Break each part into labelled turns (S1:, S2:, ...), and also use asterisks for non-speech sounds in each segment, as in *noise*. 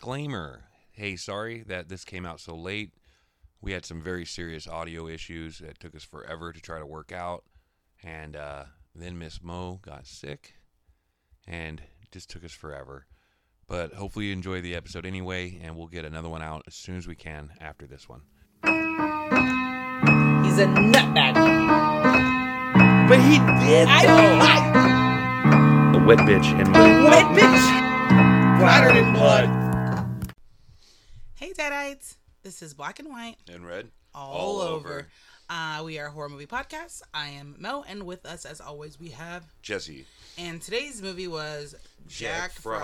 S1: Disclaimer Hey, sorry that this came out so late. We had some very serious audio issues that took us forever to try to work out. And uh, then Miss Mo got sick and just took us forever. But hopefully you enjoy the episode anyway, and we'll get another one out as soon as we can after this one.
S2: He's a nutbag.
S3: But he did
S2: I don't like
S3: A wet bitch and money.
S2: wet bitch.
S3: Splattered in blood.
S2: Hey, Deadites. This is Black and White
S1: And red?
S2: all, over. Uh, we are a horror movie podcast. I am Mo, and with us, as always, we have.
S1: Jesse.
S2: And today's movie was
S1: Jack
S2: Jack, Frost.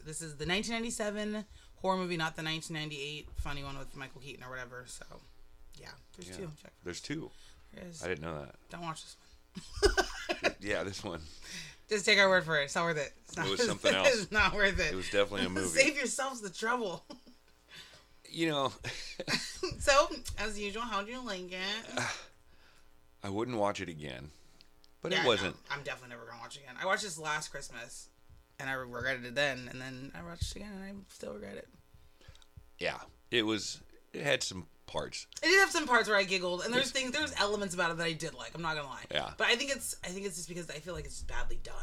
S1: Frost.
S2: This is the 1997 horror movie, not the 1998 funny one with Michael Keaton or whatever. So, yeah, there's two. Jack
S1: There's two.
S2: Frost.
S1: I didn't know that.
S2: Don't watch this one.
S1: Yeah, this one.
S2: Just take our word for it. It's not worth it. *laughs* It's not,
S1: was something else.
S2: It's not worth it.
S1: It was definitely a movie.
S2: *laughs* Save yourselves the trouble.
S1: You know,
S2: so, as usual, how'd you like it?
S1: Uh, I wouldn't watch it again, but
S2: Yeah,
S1: it
S2: no,
S1: wasn't.
S2: I'm definitely never gonna watch it again. I watched this last Christmas, and I regretted it then. And then I watched it again, and I still regret it.
S1: Yeah, it was. It had some parts.
S2: It did have some parts where I giggled, and there's things, there's elements about it that I did like. I'm not gonna lie.
S1: Yeah.
S2: But I think it's, I think it's just because I feel like it's just badly done.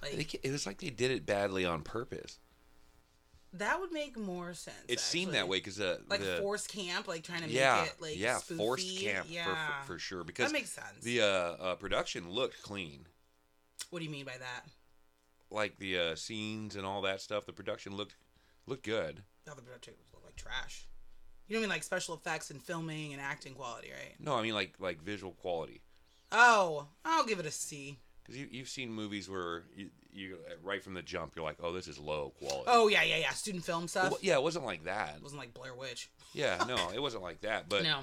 S1: They
S2: Like
S1: ca- It was like they did it badly on purpose.
S2: that would make more sense.
S1: It seemed that
S2: actually.
S1: way because the
S2: Like
S1: the,
S2: forced camp, like trying to make
S1: yeah
S2: it like
S1: yeah forced
S2: spoofy.
S1: camp
S2: Yeah.
S1: for, for, for sure because
S2: makes sense.
S1: the uh, uh, production looked clean
S2: What do you mean by that?
S1: like the uh, scenes and all that stuff. The production looked looked good.
S2: Not the production was like trash. You know what I mean? Like special effects and filming and acting quality, right?
S1: No, I mean like like visual quality.
S2: Oh, I'll give it a C.
S1: Because you, you've seen movies where you, you right from the jump you're like, oh, this is low quality.
S2: Oh yeah, yeah, yeah. Student film stuff.
S1: Well, yeah, it wasn't like that.
S2: It wasn't like Blair Witch.
S1: Yeah, no, it wasn't like that. But
S2: no,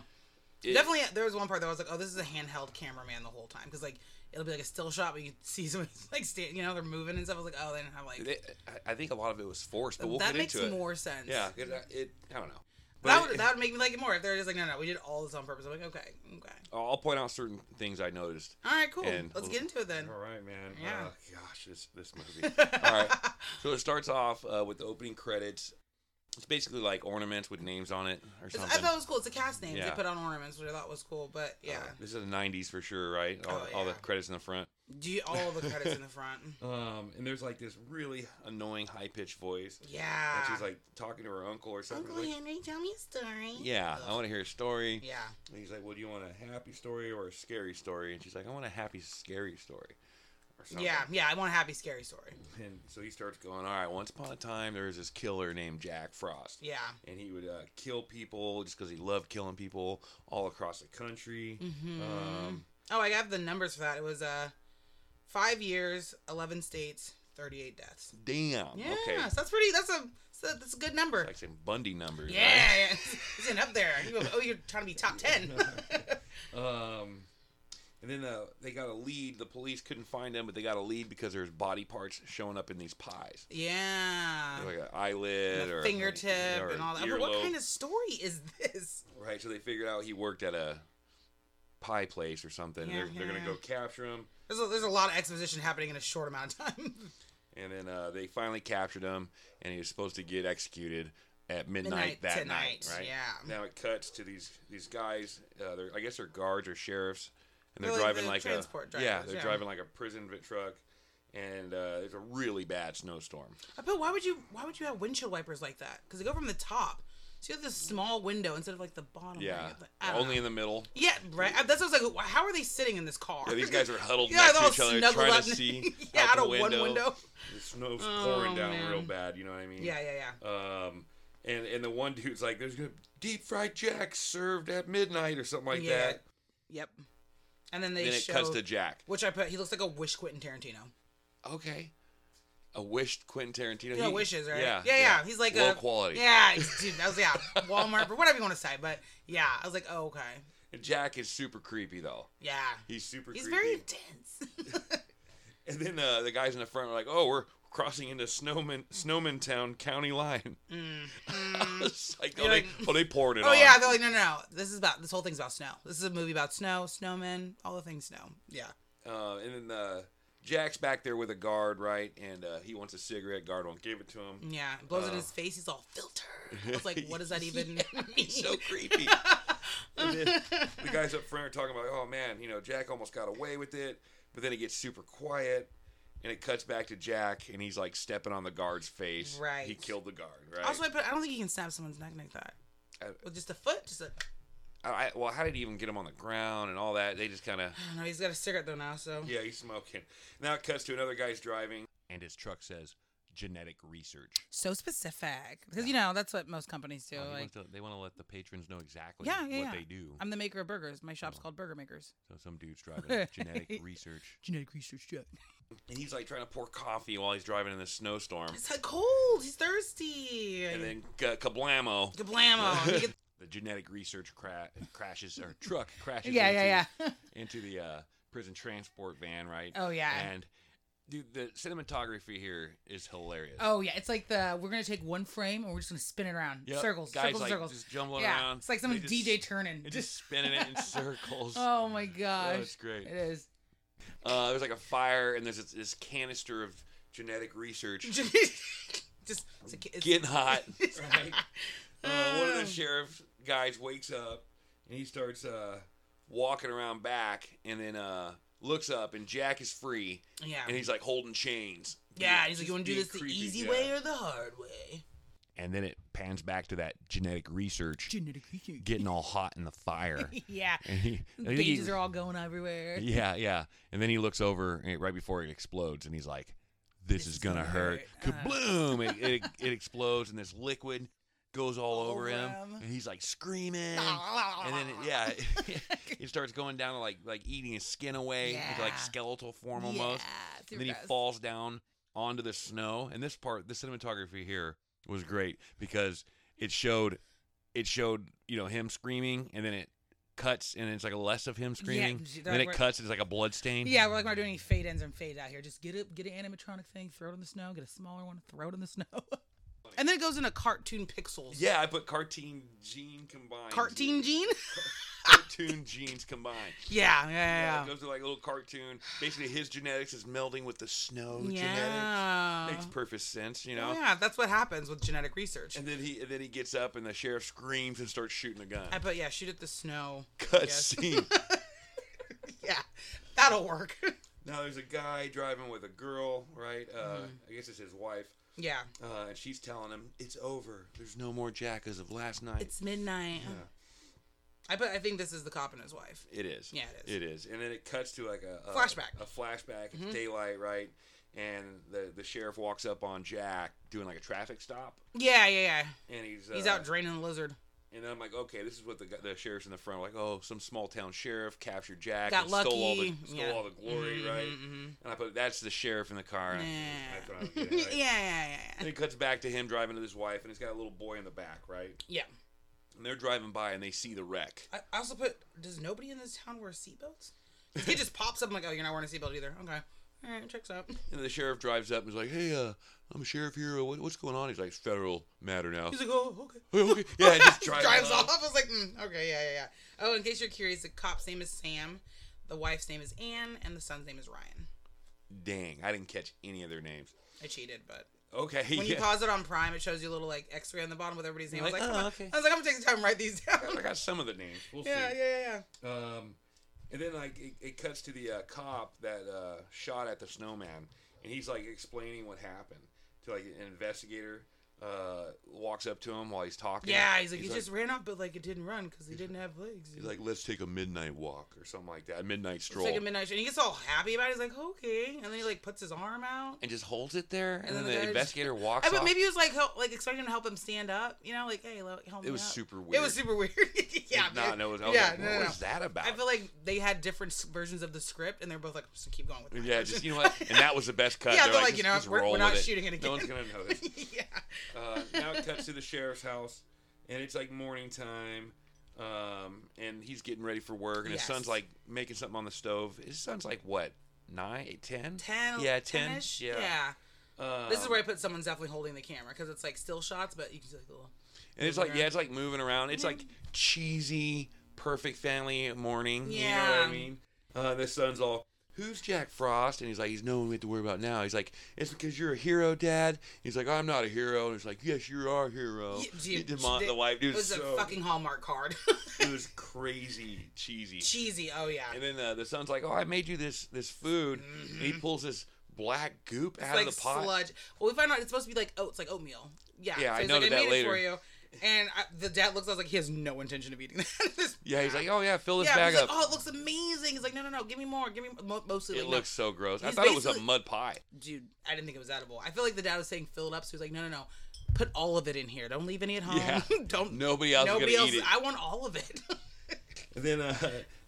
S1: it-
S2: definitely there was one part that I was like, oh, this is a handheld cameraman the whole time because like it'll be like a still shot, but you can see *laughs* somebody like stand, you know, they're moving and stuff. I was like, oh, they didn't have like
S1: it- I- I think a lot of it was forced, but we'll
S2: that
S1: get
S2: makes
S1: into it.
S2: more sense.
S1: Yeah, it, it, I don't know. But
S2: that would
S1: it-
S2: that would make me like it more if they're just like, no, no, we did all this on purpose. I'm like, okay, okay,
S1: I'll point out certain things I noticed.
S2: all right, cool.
S1: And-
S2: Let's get into it then.
S1: All right, man.
S2: Yeah.
S1: Oh, gosh, this this
S2: *laughs*
S1: movie. all right. So it starts off uh, with the opening credits. It's basically like ornaments with names on it or
S2: It's-
S1: something.
S2: I thought it was cool. It's a cast name. They
S1: Yeah.
S2: put on ornaments, which I thought was cool. But yeah,
S1: Uh, this is the '90s for sure, right? All,
S2: Oh,
S1: all the
S2: yeah.
S1: credits in the front.
S2: do you, all the credits in the front?
S1: Um, *laughs* and there's like this really annoying high pitched voice.
S2: Yeah.
S1: And she's like talking to her uncle or something.
S2: Ah. Uncle
S1: Like,
S2: Henry, tell me a story.
S1: yeah, I
S2: Ugh.
S1: want to hear a story.
S2: Yeah.
S1: And he's like, "Well, do you want a happy story or a scary story?" And she's like, "I want a happy scary story." Or something.
S2: Yeah. Yeah. I want a happy, scary story.
S1: And so he starts going, "All right, once upon a time there was this killer named Jack Frost,
S2: Yeah.
S1: and he would uh, kill people just because he loved killing people all across the country."
S2: hmm
S1: Um,
S2: oh, I got the numbers for that. It was uh, five years, eleven states, thirty-eight deaths.
S1: damn.
S2: Yeah.
S1: um, Okay.
S2: So that's pretty. That's a that's a, that's a good number.
S1: Like some Bundy numbers.
S2: yeah. yeah. He's in up there. You, oh, you're trying to be
S1: *laughs*
S2: top *laughs* ten.
S1: Right? Um, and then uh, they got a lead. The police couldn't find him, but they got a lead because there's body parts showing up in these pies,
S2: yeah.
S1: like an eyelid
S2: And a
S1: or
S2: fingertip
S1: or
S2: and all that. But what
S1: earlobe.
S2: kind of story is this?
S1: Right, so they figured out he worked at a pie place or something.
S2: Yeah,
S1: they're they're gonna
S2: yeah.
S1: go capture him,
S2: There's a, there's a lot of exposition happening in a short amount of time.
S1: and then uh, they finally captured him, and he was supposed to get executed at midnight,
S2: Midnight
S1: that
S2: tonight,
S1: night. Right?
S2: yeah.
S1: Now it cuts to these these guys. Uh, they're I guess they're guards or sheriffs, and they're,
S2: They're like
S1: driving
S2: the
S1: like
S2: transport
S1: a yeah,
S2: drivers,
S1: they're
S2: yeah.
S1: driving like a prison v- truck, and uh, it's a really bad snowstorm.
S2: But why would you why would you have windshield wipers like that? Because they go from the top. So you have this small window instead of like the bottom. where you
S1: Yeah,
S2: have the- I don't
S1: only
S2: know.
S1: in the middle.
S2: Yeah, right. I- That's what I was like. wh- How are they sitting in this car?
S1: Yeah, these guys are huddled
S2: *laughs* Yeah, they're all
S1: next to each other,
S2: snuggled
S1: trying
S2: up.
S1: to see
S2: *laughs* yeah,
S1: out,
S2: out,
S1: the
S2: of
S1: window.
S2: one
S1: *laughs*
S2: window.
S1: The snow's
S2: Oh,
S1: pouring down
S2: man.
S1: real bad. You know what I mean?
S2: Yeah, yeah, yeah.
S1: Um, and and the one dude's like, "There's gonna deep fried jack served at midnight or something like
S2: Yeah.
S1: that."
S2: Yep. And then they
S1: then it
S2: show,
S1: cuts to Jack.
S2: which I put. He looks like a wish Quentin Tarantino.
S1: Okay, a wished Quentin Tarantino.
S2: You know,
S1: He-
S2: wishes, right?
S1: Yeah,
S2: yeah, yeah. He's like
S1: low
S2: a
S1: quality. *laughs*
S2: Yeah, he's- dude. That was yeah, Walmart or whatever you want to say. But yeah, I was like, oh okay,
S1: And Jack is super creepy though.
S2: yeah.
S1: He's super.
S2: He's
S1: creepy.
S2: very *laughs* intense.
S1: And then uh, the guys in the front are like, "Oh, we're crossing into Snowman Snowman Town county line." *laughs* I was like, oh,
S2: Mm, You're
S1: they,
S2: like-
S1: oh, they poured it
S2: oh
S1: on.
S2: yeah, they're like, no, no, no. This is about this whole thing's about snow. This is a movie about snow, snowmen, all the things snow. Yeah.
S1: Uh, and then uh, Jack's back there with a guard, right? And uh, he wants a cigarette. Guard won't give it to
S2: *laughs*
S1: him.
S2: Yeah, it blows
S1: Uh,
S2: in his face. He's all filtered. I was like,
S1: *laughs*
S2: what does that even mean?
S1: He's
S2: *laughs*
S1: so creepy. and then the guys up front are talking about, oh man, you know, Jack almost got away with it, but then it gets super quiet, and it cuts back to Jack, and he's like stepping on the guard's face.
S2: Right.
S1: He killed the guard. Right.
S2: Also, I, put, I don't think you can stab someone's neck like that.
S1: I-
S2: With just a foot, just a.
S1: I, I- well, how did he even get him on the ground and all that? They just kind
S2: *sighs*
S1: of.
S2: I don't know. He's got a cigarette though now, so.
S1: Yeah, he's smoking. Now it cuts to another guy's driving, and his truck says genetic research.
S2: So specific, because you know that's what most companies do.
S1: Oh, he
S2: like,
S1: wants to- they want to let the patrons know exactly
S2: Yeah, yeah,
S1: what
S2: yeah.
S1: they do.
S2: I'm the maker of burgers. My
S1: Oh.
S2: shop's called Burger Makers.
S1: so some dude's driving
S2: *laughs*
S1: genetic research,
S2: Genetic research check.
S1: and he's like trying to pour coffee while he's driving in this snowstorm.
S2: *laughs* It's like cold. He's thirsty.
S1: And then uh, kablamo,
S2: Gablamo. He gets-
S1: the genetic research cra- crashes or truck crashes.
S2: *laughs* yeah,
S1: into,
S2: yeah, yeah. *laughs*
S1: into the uh, prison transport van, right?
S2: Oh, yeah.
S1: And dude, the cinematography here is hilarious.
S2: Oh yeah, it's like the we're gonna take one frame and we're just gonna spin it around.
S1: Yep,
S2: Circles,
S1: guys,
S2: circles,
S1: like,
S2: circles.
S1: just jumbling
S2: yeah,
S1: around.
S2: it's like
S1: They
S2: someone
S1: just-
S2: DJ turning.
S1: and
S2: *laughs*
S1: just spinning it in circles.
S2: oh my
S1: Oh,
S2: gosh,
S1: it's great.
S2: it is. *laughs*
S1: Uh, there's like a fire, and there's this, this canister of genetic research
S2: just it's a, ki- *laughs* it's,
S1: getting hot. Right? Uh, one of
S2: Oh.
S1: the sheriff guys wakes up, and he starts uh, walking around back, and then uh, looks up, and Jack is free,
S2: yeah,
S1: and he's like holding chains.
S2: yeah.
S1: Being-
S2: He's like,
S1: just
S2: you wanna do
S1: being
S2: this the
S1: creepy,
S2: easy
S1: yeah.
S2: way or the hard way?
S1: And then it pans back to that genetic research
S2: Genetic research.
S1: getting all hot in the
S2: *laughs*
S1: fire.
S2: yeah,
S1: And he, I think he-
S2: pages are all going everywhere.
S1: Yeah, yeah. And then he looks over and right before it explodes, and he's like, "This, is gonna, hurt!"
S2: Uh.
S1: Kabloom! it,
S2: *laughs*
S1: it it explodes, and this liquid goes all
S2: All
S1: over,
S2: over
S1: him,
S2: him.
S1: and he's like screaming. and then it, yeah,
S2: *laughs*
S1: *laughs* it starts going down to like like eating his skin away, into like
S2: Yeah.
S1: skeletal form
S2: yeah,
S1: almost.
S2: super
S1: And then he
S2: gross.
S1: falls down onto the snow. And this part, the cinematography here was great because it showed it showed you know him screaming, and then it cuts, and it's like less of him screaming.
S2: see,
S1: and then
S2: that
S1: it
S2: right-
S1: cuts, and it's like a blood stain.
S2: Yeah, we're like we're not doing any fade ins and fades out here. Just get it, get an animatronic thing, throw it in the snow. Get a smaller one, throw it in the snow. *laughs* and then it goes into cartoon pixels.
S1: Yeah, I put cartoon gene combined.
S2: Cartoon gene? *laughs*
S1: cartoon genes combined.
S2: Yeah, yeah,
S1: Yeah,
S2: yeah.
S1: it goes to like a little cartoon. Basically, his genetics is melding with the snow
S2: Yeah.
S1: genetics. Makes perfect sense, you know.
S2: Uh-huh. Yeah, that's what happens with genetic research.
S1: And then he and then he gets up, and the sheriff screams and starts shooting a gun.
S2: I bet, yeah, shoot at the snow.
S1: *laughs*
S2: *laughs*
S1: Cut
S2: Yes.
S1: scene.
S2: Yeah, that'll work. *laughs*
S1: Now there's a guy driving with a girl, right? Uh,
S2: Mm-hmm.
S1: I guess it's his wife,
S2: yeah.
S1: uh, and she's telling him it's over. There's no more Jack as of last night.
S2: It's midnight.
S1: Yeah.
S2: I bet, I think this is the cop and his wife.
S1: It is.
S2: Yeah, it is.
S1: It is. And then it cuts to like a, a
S2: Flashback. Mm-hmm.
S1: A flashback. It's daylight, right? And the the sheriff walks up on Jack doing like a traffic stop,
S2: Yeah, yeah, yeah.
S1: and he's
S2: He's
S1: uh,
S2: out draining the lizard.
S1: And I'm like, okay, this is what the gu- the sheriff's in the front. Like, oh, some small town sheriff captured Jack,
S2: Got
S1: and stole all the
S2: lucky.
S1: stole
S2: Yeah. Mm-hmm.
S1: all the glory, right? And I put that's the sheriff in the car. And I- that's what I was
S2: Yeah.
S1: getting, right?
S2: *laughs* yeah, yeah, yeah, yeah.
S1: And it cuts back to him driving to his wife, and he's got a little boy in the back, right?
S2: Yeah.
S1: And they're driving by, and they see the wreck.
S2: I I also put, does nobody in this town wear seatbelts? 'Cause He just pops up. I'm like, oh, you're not wearing a seatbelt either. Okay. All right, checks out.
S1: And the sheriff drives up and is like, "Hey, uh, I'm a sheriff here. What, what's going on?" He's like, "It's "Federal matter now."
S2: He's like, oh, okay.
S1: *laughs* Okay, okay. Yeah, it
S2: *laughs*
S1: just drives,
S2: drives,
S1: off.
S2: off. I was like, mm, okay, yeah, yeah, yeah. Oh, in case you're curious, the cop's name is Sam, the wife's name is Anne, and the son's name is Ryan.
S1: Dang, I didn't catch any of their names.
S2: I cheated, but
S1: Okay,
S2: when you
S1: yeah.
S2: pause it on Prime, it shows you a little like X-ray on the bottom with everybody's name. I was
S1: Like,
S2: like,
S1: oh,
S2: I'm gonna-
S1: okay.
S2: I was like, I'm gonna take the time to write these down.
S1: I got some of the names. We'll
S2: *laughs* yeah, yeah,
S1: see.
S2: yeah, yeah.
S1: Um, and then like it, it cuts to the uh, cop that uh, shot at the snowman, and he's like explaining what happened to like an investigator. Uh, walks up to him while he's talking.
S2: Yeah, he's like, he just ran off, but like it didn't run because he didn't have legs.
S1: He's like, let's take a midnight walk or something like that, a midnight
S2: it's
S1: stroll.
S2: like a midnight, and he gets all happy about it. He's like, okay, and then he like puts his arm out.
S1: and just holds it there, and, then
S2: then the
S1: the,
S2: guy just-
S1: investigator walks
S2: *laughs* I but
S1: off.
S2: maybe he was like help, like expecting him to help him stand up. You know, like hey, lo- help me
S1: it was
S2: up.
S1: super weird.
S2: It was super weird. *laughs* yeah,
S1: Nah,
S2: man.
S1: no, it was, I was
S2: yeah,
S1: like,
S2: no,
S1: what
S2: no, no.
S1: was that about?
S2: I feel like they had different s- versions of the script, and they're both like, "Just keep going with that."
S1: yeah, just you know what,
S2: *laughs*
S1: and that was the best cut.
S2: Yeah,
S1: they're
S2: they're like, you
S1: "Just-
S2: know,
S1: just
S2: we're-
S1: roll
S2: we're not
S1: with it.
S2: shooting it
S1: No one's
S2: again."
S1: gonna
S2: *laughs*
S1: notice.
S2: yeah.
S1: Uh, now it cuts to the sheriff's house, and it's like morning time, um, and he's getting ready for work, and
S2: Yes.
S1: his son's like making something on the stove. His son's like what, nine, eight, ten?
S2: Ten.
S1: Yeah, ten.
S2: 10-ish?
S1: Yeah.
S2: Yeah.
S1: Um,
S2: This is where I put someone's definitely holding the camera because it's like still shots, but you can see like little.
S1: and it's like
S2: around.
S1: yeah, it's like moving around. It's like
S2: Mm-hmm.
S1: cheesy, perfect family morning. You know what
S2: Yeah.
S1: I mean? Uh, the son's all who's Jack Frost? And he's like, he's no one we have to worry about now. He's like, it's because you're a hero, Dad. He's like, I'm not a hero. And he's like, yes, you are a hero.
S2: Yeah, dude,
S1: the, mon-
S2: they-
S1: the wife, dude,
S2: It was
S1: so,
S2: a fucking Hallmark card. *laughs*
S1: it was crazy cheesy.
S2: Cheesy. Oh yeah.
S1: And then uh, the son's like, oh, I made you this this food. And he pulls this black goop out
S2: Mm-hmm. like
S1: of the pot.
S2: sludge. Well, we find out it's supposed to be like oh, it's like oatmeal. Yeah.
S1: Yeah, I
S2: he's
S1: noted
S2: like,
S1: that
S2: made It
S1: later.
S2: for you. And I, the dad looks. I was like, he has no intention of eating *laughs* that. This-
S1: Yeah, he's like, oh yeah, fill this
S2: yeah,
S1: bag
S2: he's
S1: up.
S2: like, oh, it looks amazing. He's like, no, no, no, give me more, give me mo- mostly.
S1: it
S2: like, no.
S1: looks so gross. I
S2: He's
S1: thought it was a
S2: basically-
S1: mud pie.
S2: dude, I didn't think it was edible. I feel like the dad was saying fill it up, so he's like, no, no, no, put all of it in here. Don't leave any at home.
S1: Yeah.
S2: *laughs* Don't.
S1: Nobody else
S2: Nobody
S1: is gonna
S2: else.
S1: eat it.
S2: I want all of it. *laughs*
S1: And then uh,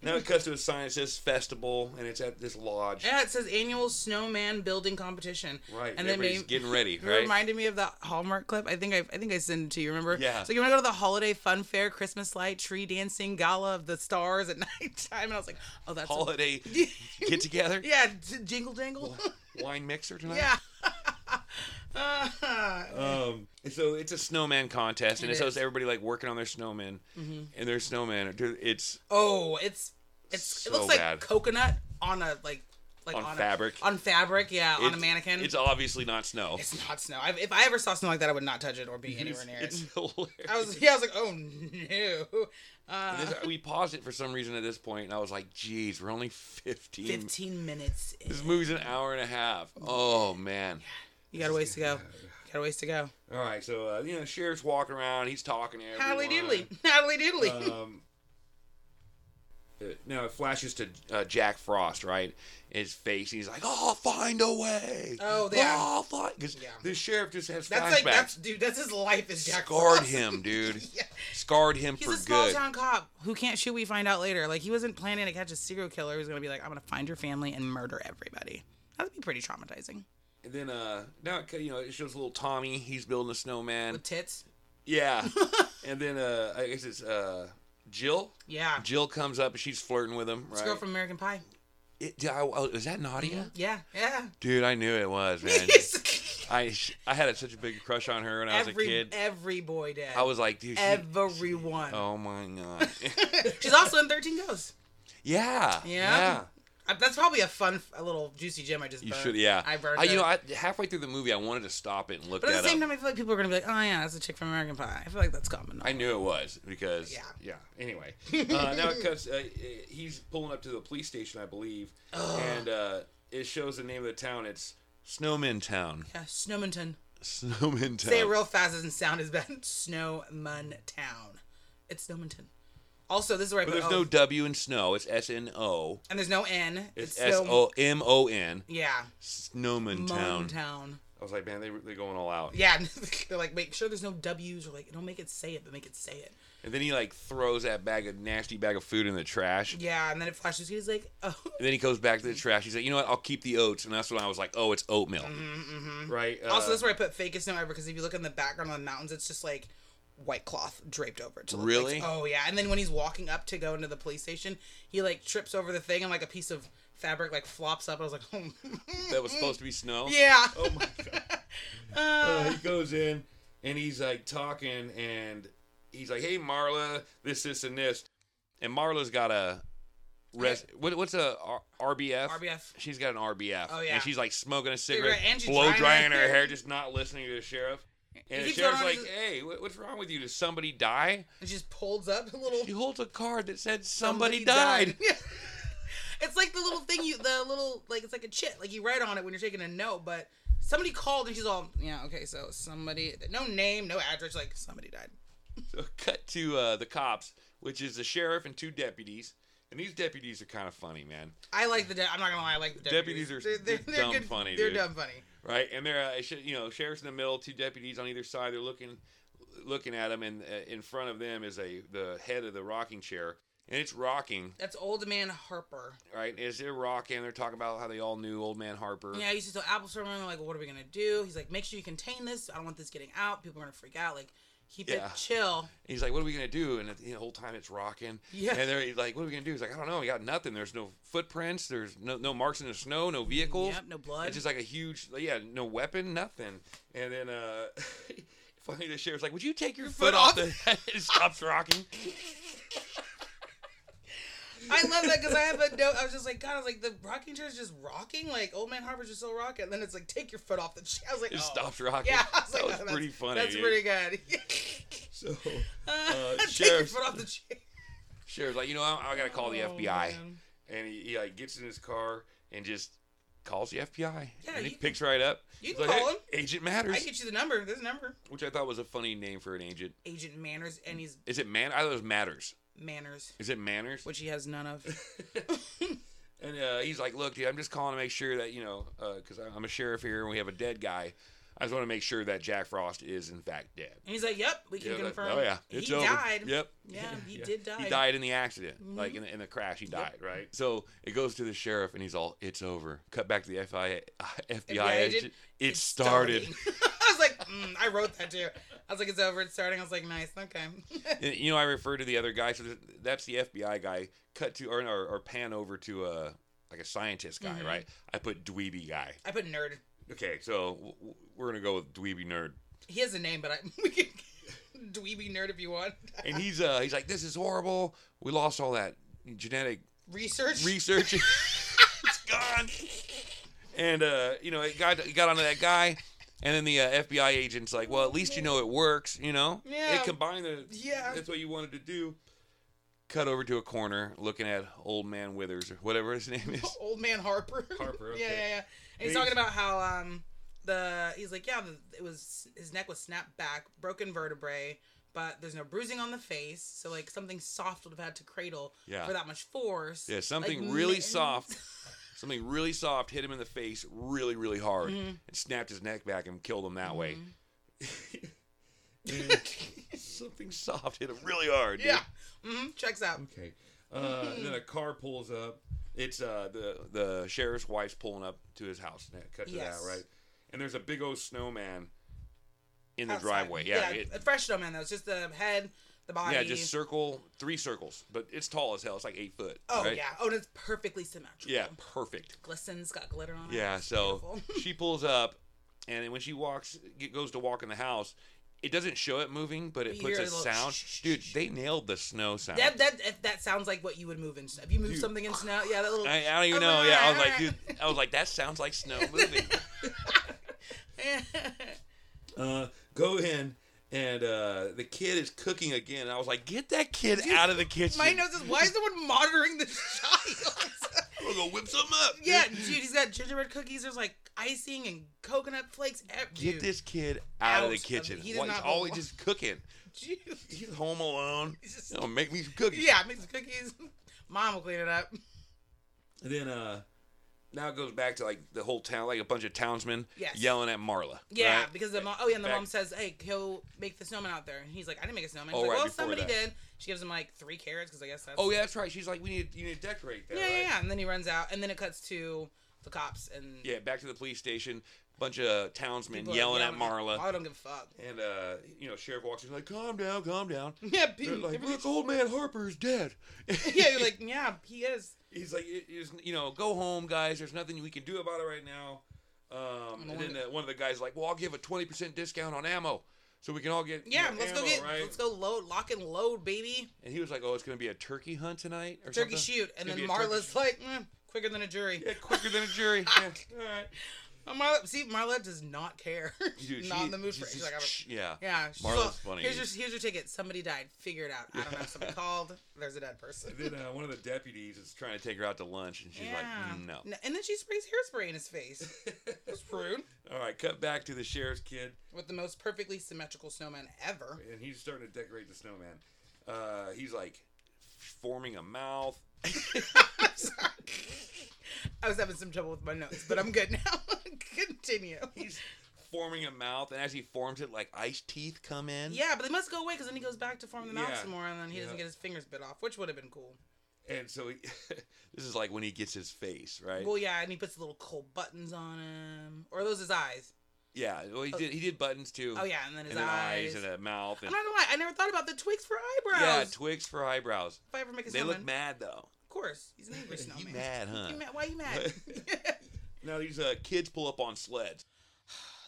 S1: now it cuts to a sign that says festival, and it's at this lodge.
S2: yeah, it says annual snowman building competition.
S1: Right,
S2: And then
S1: everybody's
S2: maybe.
S1: getting
S2: *laughs*
S1: ready,
S2: It
S1: right?
S2: reminded me of that Hallmark clip. I think I, I think I sent it to you. Remember?
S1: Yeah.
S2: So you want to go to the holiday fun fair, Christmas light, tree dancing, gala of the stars at *laughs* nighttime, and I was like, oh, that's
S1: *laughs*
S2: a- *laughs*
S1: Holiday get together,
S2: yeah, j- jingle jangle.
S1: *laughs* wine mixer tonight.
S2: *laughs* yeah. Uh,
S1: Um, and so it's a snowman contest, and
S2: It
S1: it, shows
S2: is. Mm-hmm.
S1: everybody like working on their snowmen and their snowman. Dude, It's
S2: Oh, it's it's it
S1: So
S2: looks like
S1: bad.
S2: coconut on a like like
S1: On
S2: on,
S1: fabric.
S2: A, on fabric, yeah, on a
S1: it's-
S2: mannequin.
S1: It's
S2: It's,
S1: obviously not snow.
S2: not snow. i if I ever saw snow like that, I would not touch it or be anywhere near
S1: *laughs* It's
S2: it.
S1: hilarious.
S2: *laughs* I was yeah, I was like, oh no. Uh,
S1: And this- we paused it for some reason at this point, and I was like, "Geez, we're only 15.
S2: Fifteen minutes. in.
S1: This movie's an hour and a half. Oh man!
S2: You got a ways to go. You got a ways to go.
S1: All right, so uh, you know, sheriff's walking around. He's talking to
S2: Hadley
S1: everyone.
S2: doodly. Hadley doodly.
S1: um, uh, now it flashes to uh, Jack Frost, right? His face. He's like, "I'll find a way."
S2: Oh, yeah.
S1: I'll find because
S2: Yeah.
S1: the sheriff just has
S2: *laughs* that's
S1: flashbacks.
S2: like that's dude, that's his life is Jack
S1: Scarred
S2: Frost.
S1: him, dude.
S2: *laughs* Yeah.
S1: Scarred him
S2: He's
S1: for
S2: a small
S1: good.
S2: town cop who can't shoot. We find out later. Like he wasn't planning to catch a serial killer. He was gonna be like, I'm gonna find your family and murder everybody. That'd be pretty traumatizing.
S1: And then uh, now it, ca- you know it shows little Tommy. He's building a snowman.
S2: With tits. *laughs*
S1: yeah. and then uh, I guess it's uh, Jill.
S2: Yeah.
S1: Jill comes up and she's flirting with him.
S2: This
S1: Right?
S2: girl from American Pie.
S1: It- I- I- was that Nadia?
S2: Yeah, yeah.
S1: Dude, I knew it
S2: *laughs*
S1: was man. I I had such a big crush on her when I was
S2: every e-,
S1: a kid.
S2: every boy did.
S1: I was like, dude, she- *laughs*
S2: Everyone.
S1: oh my god,
S2: *laughs* She's also in Thirteen Ghosts.
S1: yeah, yeah.
S2: I, that's probably a fun, a little juicy gem I just.
S1: You
S2: burned.
S1: should, yeah.
S2: I burned.
S1: I, you
S2: it.
S1: know, I, halfway through the movie, I wanted to stop it and look
S2: but at
S1: that
S2: the same
S1: up.
S2: time, I feel like people are gonna be like, "Oh yeah, that's a chick from American Pie." I feel like that's common.
S1: I knew it was because, yeah,
S2: Yeah.
S1: yeah. Anyway, uh, now it cuts. Uh, he's pulling up to the police station, I believe, and uh, it shows the name of the town. It's Snowman Town. *laughs*
S2: yeah, Snowmonton.
S1: Snowman Town.
S2: Say it real fast doesn't sound as bad. *laughs* Snowman Town. It's Snowmonton. Also, this is where I
S1: But
S2: put
S1: there's
S2: oh,
S1: no W in snow. It's S N O.
S2: and there's no N.
S1: It's S
S2: Snow-
S1: O M O N.
S2: Yeah.
S1: Snowman Town.
S2: Montown.
S1: I was like, man, they they're going all out.
S2: Yeah, they're *laughs* like, make sure there's no W's or like, don't make it say it, but make it say it.
S1: And then he like throws that bag of nasty bag of food in the trash.
S2: Yeah, and then it flashes. He's like, oh,
S1: And then he goes back to the trash. He's like, you know what? I'll keep the oats. And that's when I was like, oh, it's oatmeal, right? Uh,
S2: *laughs* Mm-hmm, also that's where I put fakest snow ever because if you look in the background on the mountains, it's just like white cloth draped over it. to look like-
S1: Really?
S2: oh yeah. And then when he's walking up to go into the police station, he like trips over the thing and like a piece of fabric like flops up. I was like, *laughs* oh,
S1: that was supposed to be snow.
S2: yeah.
S1: Oh my god. Uh, he goes in and he's like talking and he's like, hey Marla, this, this, and this. And Marla's got a res. What, what's a R- RBF?
S2: RBF.
S1: She's got an RBF.
S2: Oh, yeah.
S1: And she's like smoking a
S2: Cigarette,
S1: cigarette,
S2: and she's
S1: blow
S2: drying her
S1: drying her
S2: hair.
S1: hair, just not listening to the sheriff. And the
S2: keeps
S1: sheriff's
S2: going
S1: like,
S2: on his-
S1: hey, what, what's wrong with you? Did somebody die?
S2: And she just pulls up a little.
S1: He holds a card that said somebody, died. *laughs*
S2: Yeah. It's like the little thing you, the little like it's like a chit, like you write on it when you're taking a note. But somebody called and she's all, yeah, okay, so somebody, no name, no address, like somebody died.
S1: So cut to uh, the cops, which is the sheriff and two deputies. And these deputies are kind of funny, man.
S2: I like the. De- I'm not gonna lie, I like the deputies.
S1: Deputies are- they're dumb funny,
S2: They're
S1: dude.
S2: dumb funny.
S1: right? And they're uh, it should- you know sheriff's in the middle, two deputies on either side. They're looking looking at him, and uh, in front of them is a the head of the rocking chair, and it's rocking,
S2: That's old man Harper.
S1: right? As they're rocking, they're talking about how they all knew old man Harper.
S2: Yeah, I used to tell Apple Store, they're like, well, what are we gonna do? He's like, make sure you contain this. I don't want this getting out. People are gonna freak out. Like, keep
S1: Yeah.
S2: it chill.
S1: He's like, "What are we gonna do?" And the whole time it's rocking.
S2: Yeah.
S1: And they're he's like, "What are we gonna do?" He's like, "I don't know. We got nothing. There's no footprints. There's no no marks in the snow. No vehicles.
S2: Yep, no blood.
S1: It's just like a huge yeah, no weapon, nothing." And then uh, *laughs* finally the sheriff's like, "Would *laughs* you take your, foot,
S2: foot
S1: off?"
S2: off?"
S1: the? it stops rocking.
S2: I love that because I have a note. I was just like, God, I was like, the rocking chair is just rocking. Like, Old Man Harper's just so rocking. And then it's like, take your foot off the chair. I was like,
S1: It
S2: oh.
S1: stopped rocking.
S2: Yeah, I
S1: *laughs*
S2: was
S1: that
S2: like,
S1: was
S2: oh, that's-
S1: pretty funny.
S2: That's
S1: dude.
S2: pretty good. *laughs*
S4: So
S2: Uh, take your
S4: sheriff's-
S2: foot off the chair.
S1: Sheriff's like, you know, I, I gotta call the
S2: Oh,
S1: FBI,
S2: man.
S1: and he, he like gets in his car and just calls the FBI.
S2: Yeah,
S1: and he
S2: you can-
S1: picks right up.
S2: you
S1: He's
S2: can
S1: like,
S2: call
S1: "Hey, Agent Matters,
S2: I get you the number. There's a number.
S1: which I thought was a funny name for an agent.
S2: Agent Manners, and he's
S1: Is it man? I thought it was Matters.
S2: Manners,
S1: Is it Manners?
S2: which he has none
S1: *laughs*
S2: of.
S1: And uh, he's like, "Look, dude, I'm just calling to make sure that you know, because I'm a sheriff here and we have a dead guy. I just want to make sure that Jack Frost is in fact dead."
S2: And he's like, yep, we can
S1: Yeah, that-
S2: confirm.
S1: oh yeah, it's
S2: he
S1: over.
S2: died.
S1: Yep.
S2: Yeah,
S1: *laughs*
S2: he
S1: Yeah.
S2: did die.
S1: He died in the accident,
S2: Mhm.
S1: like in the, in the crash. He died,
S2: Yep.
S1: right? So it goes to the sheriff, and he's all, "It's over." Cut back to the *laughs* FBI, FBI,
S2: FBI
S1: agent.
S2: agent.
S1: It,
S2: It's
S1: started.
S2: starting. *laughs* I was like, mm, I wrote that too. I was like, it's over. It's starting. I was like, nice. Okay.
S1: *laughs*
S2: *laughs*
S1: And, you know, I refer to the other guy. So th- that's the FBI guy. Cut to or, or, or pan over to a like a scientist guy,
S2: Mhm.
S1: right? I put dweeby guy.
S2: I put nerd.
S1: Okay, so w- w- we're gonna go with dweeby nerd.
S2: He has a name, but I *laughs* we can dweeby nerd if you want.
S1: and he's uh he's like, "This is horrible. We lost all that genetic
S2: Research. *laughs*
S1: research. it's gone." And uh, you know, it got it got onto that guy, and then the uh, FBI agent's like, "Well, at least you know it works. You know,
S2: Yeah.
S1: It combined the
S2: Yeah.
S1: That's what you wanted to do." Cut over to a corner, looking at old man Withers or whatever his *laughs* name is.
S2: *laughs* Old man Harper.
S1: Harper,
S2: *laughs* yeah,
S1: okay.
S2: yeah, yeah. And he's
S1: He's-
S2: talking about how um the he's like yeah the, it was his neck was snapped back, broken vertebrae, but there's no bruising on the face, so like something soft would have had to cradle
S1: Yeah.
S2: for that much force.
S1: Yeah, something
S2: Like
S1: really
S2: mittens.
S1: soft.
S2: *laughs*
S1: *laughs* Something really soft hit him in the face really, really hard
S2: Mhm.
S1: and snapped his neck back and killed him that way.
S2: Mhm.
S1: *laughs* Something soft hit him really hard. dude.
S2: Mm-hmm. Yeah. hmm Checks out.
S4: okay. Uh, then a car pulls up.
S1: It's uh, the the sheriff's wife's pulling up to his house. Now, Cut to
S2: Yes.
S1: that, right? And there's a big old snowman in the
S2: Outside.
S1: driveway. Yeah,
S2: yeah
S1: it-
S2: a fresh snowman though. It's just the head, the body.
S1: yeah, just circle three circles, but it's tall as hell. It's like eight foot.
S2: oh
S1: right?
S2: yeah. Oh, and it's perfectly symmetrical.
S1: yeah, perfect.
S2: Glistens, got glitter on it.
S1: Yeah,
S2: It's
S1: so
S2: beautiful. *laughs*
S1: she pulls up, and when she walks, get, goes to walk in the house. It doesn't show it moving, but it
S2: You
S1: puts
S2: hear
S1: a
S2: a little
S1: sound.
S2: sh- sh-
S1: Dude,
S2: sh-
S1: they nailed the snow sound.
S2: That, that that- that sounds like what you would move in snow. If you move
S1: Dude.
S2: something in snow, yeah, that little.
S1: I, I don't even know.
S2: *laughs* I'm
S1: Yeah, I was like,
S2: like,
S1: dude, I was like, that sounds like snow moving.
S2: *laughs*
S4: Uh, go in, and uh, the kid is cooking again. And I was like,
S1: like, get that kid out of the kitchen.
S2: My nose is. Why is someone monitoring this child? *laughs*
S1: We're gonna whip something up.
S2: yeah, dude, he's got gingerbread cookies. There's like icing and coconut flakes. ev-
S1: Get
S2: *laughs* dude,
S1: this kid out, of the
S2: Out of-
S1: kitchen.
S2: he
S1: He's
S2: does
S1: always
S2: not belong.
S1: just cooking.
S2: dude.
S1: He's home alone.
S2: *laughs* He's just-
S1: You know, make me some cookies.
S2: yeah, make some cookies. *laughs* Mom will clean it up.
S4: and then uh,
S1: Now it goes back to like the whole town, like a bunch of townsmen
S2: Yes.
S1: yelling at Marla.
S2: Yeah,
S1: right?
S2: because the mom. Oh yeah, and the
S1: Back-
S2: mom says, "Hey, he'll make the snowman out there." And he's like, "I didn't make a snowman."
S1: Oh,
S2: She's like,
S1: right,
S2: well,
S1: before
S2: somebody
S1: that.
S2: did. She gives him like three carrots because I guess that's.
S1: Oh yeah, that's right. She's like, we need you need to decorate that.
S2: Yeah, yeah,
S1: right?
S2: yeah. And then he runs out, and then it cuts to the cops and.
S1: Yeah, back to the police station. Bunch of townsmen
S2: people are
S1: yelling at Marla.
S2: I don't give a fuck.
S1: And uh, you know, Sheriff walks in like, calm down, calm down.
S2: *laughs* Yeah,
S1: They're
S2: people,
S1: like, look, old man Harper's dead.
S2: *laughs* yeah, you're like, yeah, he is.
S1: he's like, it is, you know, go home, guys. There's nothing we can do about it right now. Um,
S2: And
S1: and
S2: one
S1: then uh, one of the guys like, well, I'll give a 20% discount on ammo, so we can all get you
S2: Yeah,
S1: know,
S2: let's go
S1: ammo,
S2: get,
S1: right?
S2: let's go load, lock and load, baby.
S1: And he was like, oh, it's gonna be a turkey hunt tonight or
S2: Turkey
S1: something?
S2: shoot, and
S1: It's
S2: then
S1: gonna be a turkey
S2: Marla's like, mm, quicker than a jury.
S1: Yeah, quicker than a
S2: *laughs*
S1: jury. Yeah. All right.
S2: Uh, Marla, see, Marla does not care. *laughs*
S1: Dude,
S2: not
S1: she-
S2: in the mood for it.
S1: she's
S2: She's
S1: just
S2: like, I'm-
S1: ch- yeah.
S2: yeah, she's
S1: Marla's
S2: all,
S1: funny.
S2: Here's your, here's your ticket. Somebody died. Figure it out. I don't
S1: *laughs*
S2: know. Somebody called. There's a dead person.
S4: then uh, one of the deputies is
S1: He's trying to take her out to lunch, and she's
S2: yeah.
S1: like, "Mm,
S2: *laughs*
S1: no.
S2: And then she sprays hairspray in
S1: *laughs*
S2: his face. That's rude.
S1: All right, cut back to the sheriff's kid.
S2: With the most perfectly symmetrical snowman ever.
S4: and he's starting to decorate the snowman.
S1: Uh, he's like forming a mouth.
S2: I'm sorry. I was having some trouble with my notes, but I'm good now. *laughs* Continue. *laughs*
S1: He's forming a mouth, and as he forms it, like ice teeth come in.
S2: Yeah, but they must go away because then he goes back to form them out
S4: Yeah.
S2: some more, and then he doesn't
S4: Yeah.
S2: get his fingers bit off, which would have been cool.
S1: And so he, *laughs* this is like when he gets his face, right?
S2: Well, yeah, and he puts the little cold buttons on him, or are those his eyes.
S1: yeah. Well, he did. He did buttons too.
S2: Oh yeah, and then his
S1: and then
S2: eyes.
S1: eyes. and a mouth.
S2: I'm
S1: And,
S2: not gonna lie, I never thought about the twigs for
S1: yeah,
S2: eyebrows.
S1: twigs for eyebrows.
S2: if I ever make a
S1: They
S2: snowman,
S1: look mad though.
S2: of course, he's an
S1: *laughs*
S2: angry snowman.
S1: You mad, huh? *laughs*
S2: *laughs* You mad? Why are you mad? *sighs*
S1: Now these uh, kids pull up on sleds.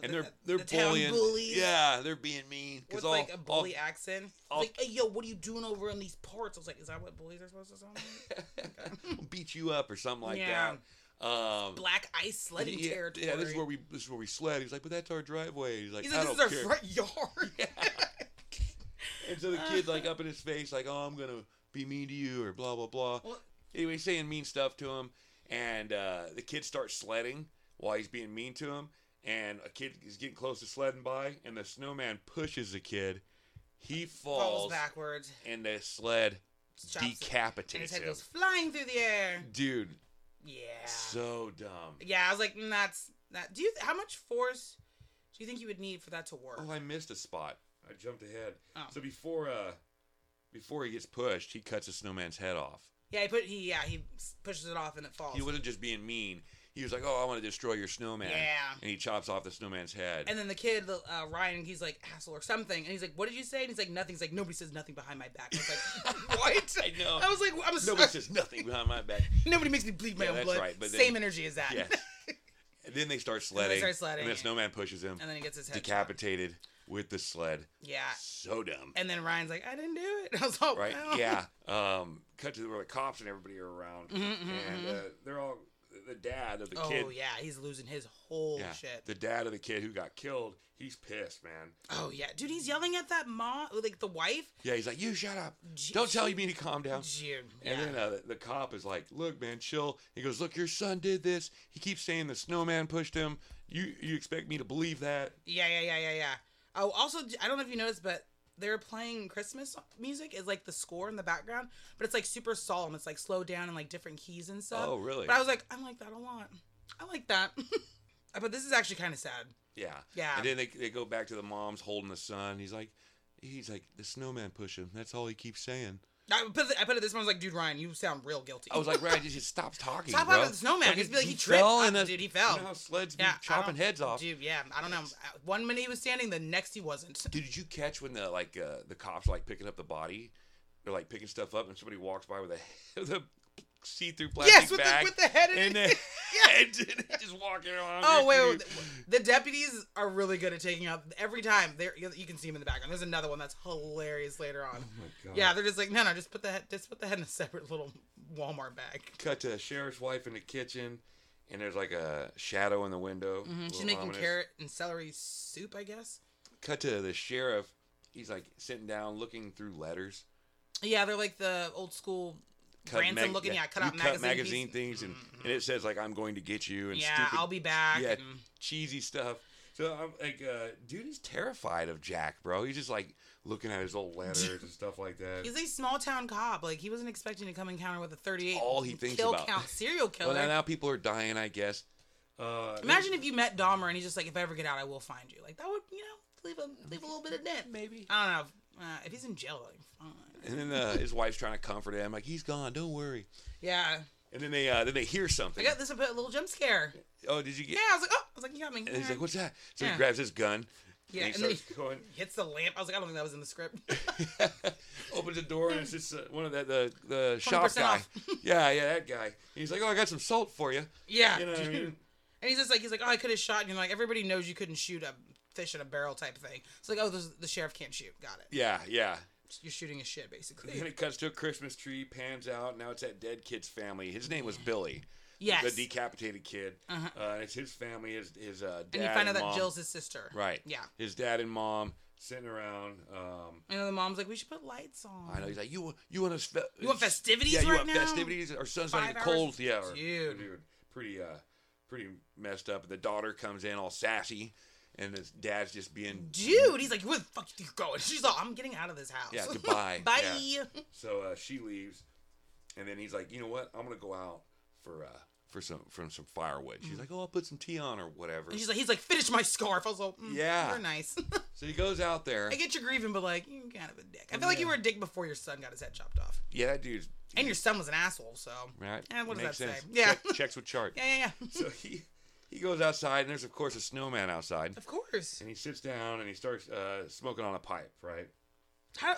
S1: and
S2: the-
S1: they're they're
S2: the town
S1: bullying.
S2: bullies.
S1: Yeah, they're being mean.
S2: with
S1: Cause all,
S2: like a
S1: all-
S2: bully accent.
S1: all-
S2: like, hey, yo, what are you doing over in these parts? I was like, is that what bullies are supposed to sound
S1: *laughs*
S2: like?
S1: I'll beat you up or something like
S2: Yeah.
S1: that. Um,
S2: Black ice sledding
S1: yeah,
S2: territory.
S1: Yeah, this is where we this is where we sled. He's like, but that's our driveway. He's like,
S2: He's
S1: I
S2: like, this
S1: don't
S2: is our
S1: care.
S2: front yard.
S1: *laughs* And so the kid like up in his face, like, oh, I'm gonna be mean to you or blah blah blah.
S2: Well-
S1: Anyway, he's saying mean stuff to him, and uh, the kid starts sledding while he's being mean to him. And a kid is getting close to sledding by, and the snowman pushes the kid. He falls,
S2: Falls backwards.
S1: and the sled
S2: Chops it. And his
S1: decapitates
S2: head
S1: him.
S2: goes flying through the air.
S1: Dude,
S2: Yeah.
S1: so dumb.
S2: yeah, I was like, mm, that's that. Do you how much force do you think you would need for that to work?
S1: Oh, I missed a spot. I jumped ahead.
S2: Oh.
S1: So before uh before he gets pushed, he cuts a snowman's head off.
S2: yeah, he put he yeah he s- pushes it off and it falls.
S1: He wasn't just being mean. He was like, "Oh, I want to destroy your snowman."
S2: Yeah.
S1: And he chops off the snowman's head.
S2: and then the kid, the, uh, Ryan, he's like asshole or something, and he's like, "What did you say?" And he's like, "Nothing." He's like, "Nobody says nothing behind my back." I was
S1: *laughs*
S2: like, "What?"
S1: *laughs* I know.
S2: I was like, "I'm a
S1: Nobody says nothing behind my back.
S2: *laughs* Nobody makes me bleed my
S1: Yeah,
S2: own
S1: that's
S2: blood.
S1: right, but then-
S2: Same energy as that.
S1: Yes. And then they start
S2: then
S1: sledding.
S2: they start sledding,
S1: And the
S2: yeah.
S1: snowman pushes him,
S2: *laughs* and then he gets his head.
S1: decapitated with the sled.
S2: Yeah.
S1: So dumb.
S2: And then Ryan's like, I didn't do it. *laughs* I was all
S1: right?
S2: "Well."
S1: Yeah. Um, cut to where the cops and everybody are around,
S2: Mhm, mhm,
S1: and uh, they're all the dad of the
S2: *laughs* oh
S1: kid.
S2: yeah, he's losing his whole
S1: yeah,
S2: shit.
S1: The dad of the kid who got killed. He's pissed, man.
S2: oh yeah, dude, he's yelling at that mom, like the wife.
S1: Yeah, he's like, "You shut up!
S2: Jeez.
S1: Don't tell me to calm down."
S2: Dude, yeah.
S1: And then uh, the cop is like, "Look, man, chill." He goes, "Look, your son did this. He keeps saying the snowman pushed him. You you expect me to believe that?"
S2: yeah, yeah, yeah, yeah, yeah. Oh, also, I don't know if you noticed, but they're playing Christmas music. Is like the score in the background, but it's like super solemn. It's like slowed down and like different keys and stuff.
S1: Oh, really?
S2: But I was like, I like that a lot. I like that. *laughs* but this is actually kind of sad.
S1: Yeah.
S2: Yeah.
S1: And then they they go back to the mom's holding the son. He's like, "He's like the snowman pushed him. That's all he keeps saying."
S2: I put it, I put it this one. I was like, dude, Ryan, you sound real guilty.
S1: I was like, Ryan, just stop talking.
S2: Stop
S1: bro.
S2: talking to the snowman.
S1: Like,
S2: Just be like, he
S1: fell
S2: tripped.
S1: in
S2: Ah,
S1: a-
S2: dude, he fell.
S1: You know how sleds be
S2: Yeah, I
S1: chopping
S2: don't-
S1: heads off. Dude.
S2: Dude, yeah, I don't know. Uh, One minute he was standing, the next he wasn't. *laughs*
S1: did you catch when the like uh, the cops are like picking up the body? They're like picking stuff up, and somebody walks by with a *laughs* with a see-through plastic
S2: Yes, with the,
S1: bag.
S2: with the head in
S1: *laughs* and
S2: it.
S1: then
S2: *laughs* Yeah.
S1: and then they just walking around.
S2: Oh wait,
S1: Dude.
S2: wait, the deputies are really good at taking out every time. There, you you can see him in the background. There's another one that's hilarious later
S1: Oh
S2: on.
S1: my god.
S2: yeah, they're just like, no, no, just put the head, just put the head in a separate little Walmart bag.
S1: Cut to the sheriff's wife in the kitchen, and there's like a shadow in the window.
S2: Mhm,
S1: Little
S2: She's making
S1: ominous.
S2: carrot and celery soup, I guess.
S1: Cut to the sheriff. He's like sitting down, looking through letters.
S2: Yeah, they're like the old school
S1: Cut
S2: Branson
S1: mag-
S2: looking. Yeah, cut
S1: you
S2: out
S1: cut
S2: magazine,
S1: magazine
S2: piece.
S1: things, and, and it says like I'm going to get you and
S2: Yeah,
S1: stupid
S2: I'll be back.
S1: yeah,
S2: and-
S1: cheesy stuff. So I'm like, uh, dude is terrified of Jack, bro. He's just like looking at his old letters and stuff like that.
S2: He's a small town cop. Like he wasn't expecting to come encounter with a 38
S1: all he thinks
S2: kill
S1: about.
S2: count serial
S1: Well,
S2: killer.
S1: now, now people are dying, I guess.
S4: Uh,
S2: Imagine if you met Dahmer and he's just like, "If I ever get out, I will find you." Like that would, you know, leave a leave a little bit of dent.
S1: Maybe.
S2: I don't know. Uh, if he's in jail, like, fine.
S1: And then uh, his wife's trying to comfort him, like he's gone, don't worry.
S2: Yeah,
S1: And then they uh, then they hear
S2: I
S1: something.
S2: got this a bit- little jump scare.
S1: Oh, did you get?
S2: Yeah, I was like, "Oh," I was like, "You got me."
S1: And he's like, what's that? So he
S2: Yeah.
S1: grabs his gun.
S2: Yeah,
S1: and
S2: and
S1: he
S2: then
S1: starts going.
S2: Hits the lamp. I was like, "I don't think that was in the script." *laughs*
S1: opens the door and it's just uh, one of the the, the shop
S2: 20%
S1: guy.
S2: off. *laughs*
S1: yeah, yeah, that guy. And he's like, oh, I got some salt for you.
S2: yeah,
S1: You know what I mean?
S2: and he's just like, "He's like, oh, I could have shot." And you're like, "Everybody knows you couldn't shoot a fish in a barrel type thing." It's like, "Oh, this, the sheriff can't shoot." Got it.
S1: Yeah, yeah.
S2: You're shooting a shit
S1: Then
S2: basically.
S1: it cuts to a Christmas tree, pans out. Now it's that dead kid's family. His name was Billy.
S2: Yes. Uh-huh.
S1: The decapitated kid. uh and it's his family, his, his uh, dad.
S2: and you find out that
S1: mom.
S2: Jill's his sister.
S1: Right.
S2: Yeah.
S1: His dad and mom sitting around. Um,
S2: And then the mom's like, "We should put lights on."
S1: I know. He's like, you, you want us? Fe-
S2: You want festivities
S1: Yeah, you
S2: right
S1: want
S2: now?
S1: festivities? Our son's not
S2: Five
S1: even
S2: hours?
S1: cold. Yeah. Or,
S2: Dude.
S1: Pretty, uh, pretty messed up. The daughter comes in all sassy, and his dad's just being
S2: dude. He's like, where the fuck you going? She's like, I'm getting out of this house.
S1: Yeah,
S2: *laughs*
S1: goodbye.
S2: Bye.
S1: Yeah. So uh, she leaves, and then he's like, "You know what? I'm gonna go out for uh, for some from some firewood." She's like, "Oh, I'll put some tea on or whatever."
S2: And she's like, Mm. he's like, finish my scarf. I was like, mm,
S1: Yeah.
S2: you're nice. *laughs*
S1: so he goes out there.
S2: I get your grieving, but like, you're kind of a dick. I feel like you were a dick before your son got his head chopped off,
S1: Yeah, that dude's
S2: and your son was an asshole. So
S1: right.
S2: And what does
S1: Makes
S2: that say?
S1: sense.
S2: Yeah.
S1: Check- checks with chart.
S2: yeah, yeah, yeah.
S1: So he he goes outside, and there's of course a snowman outside,
S2: Of course.
S1: and he sits down and he starts uh, smoking on a pipe, right?
S2: How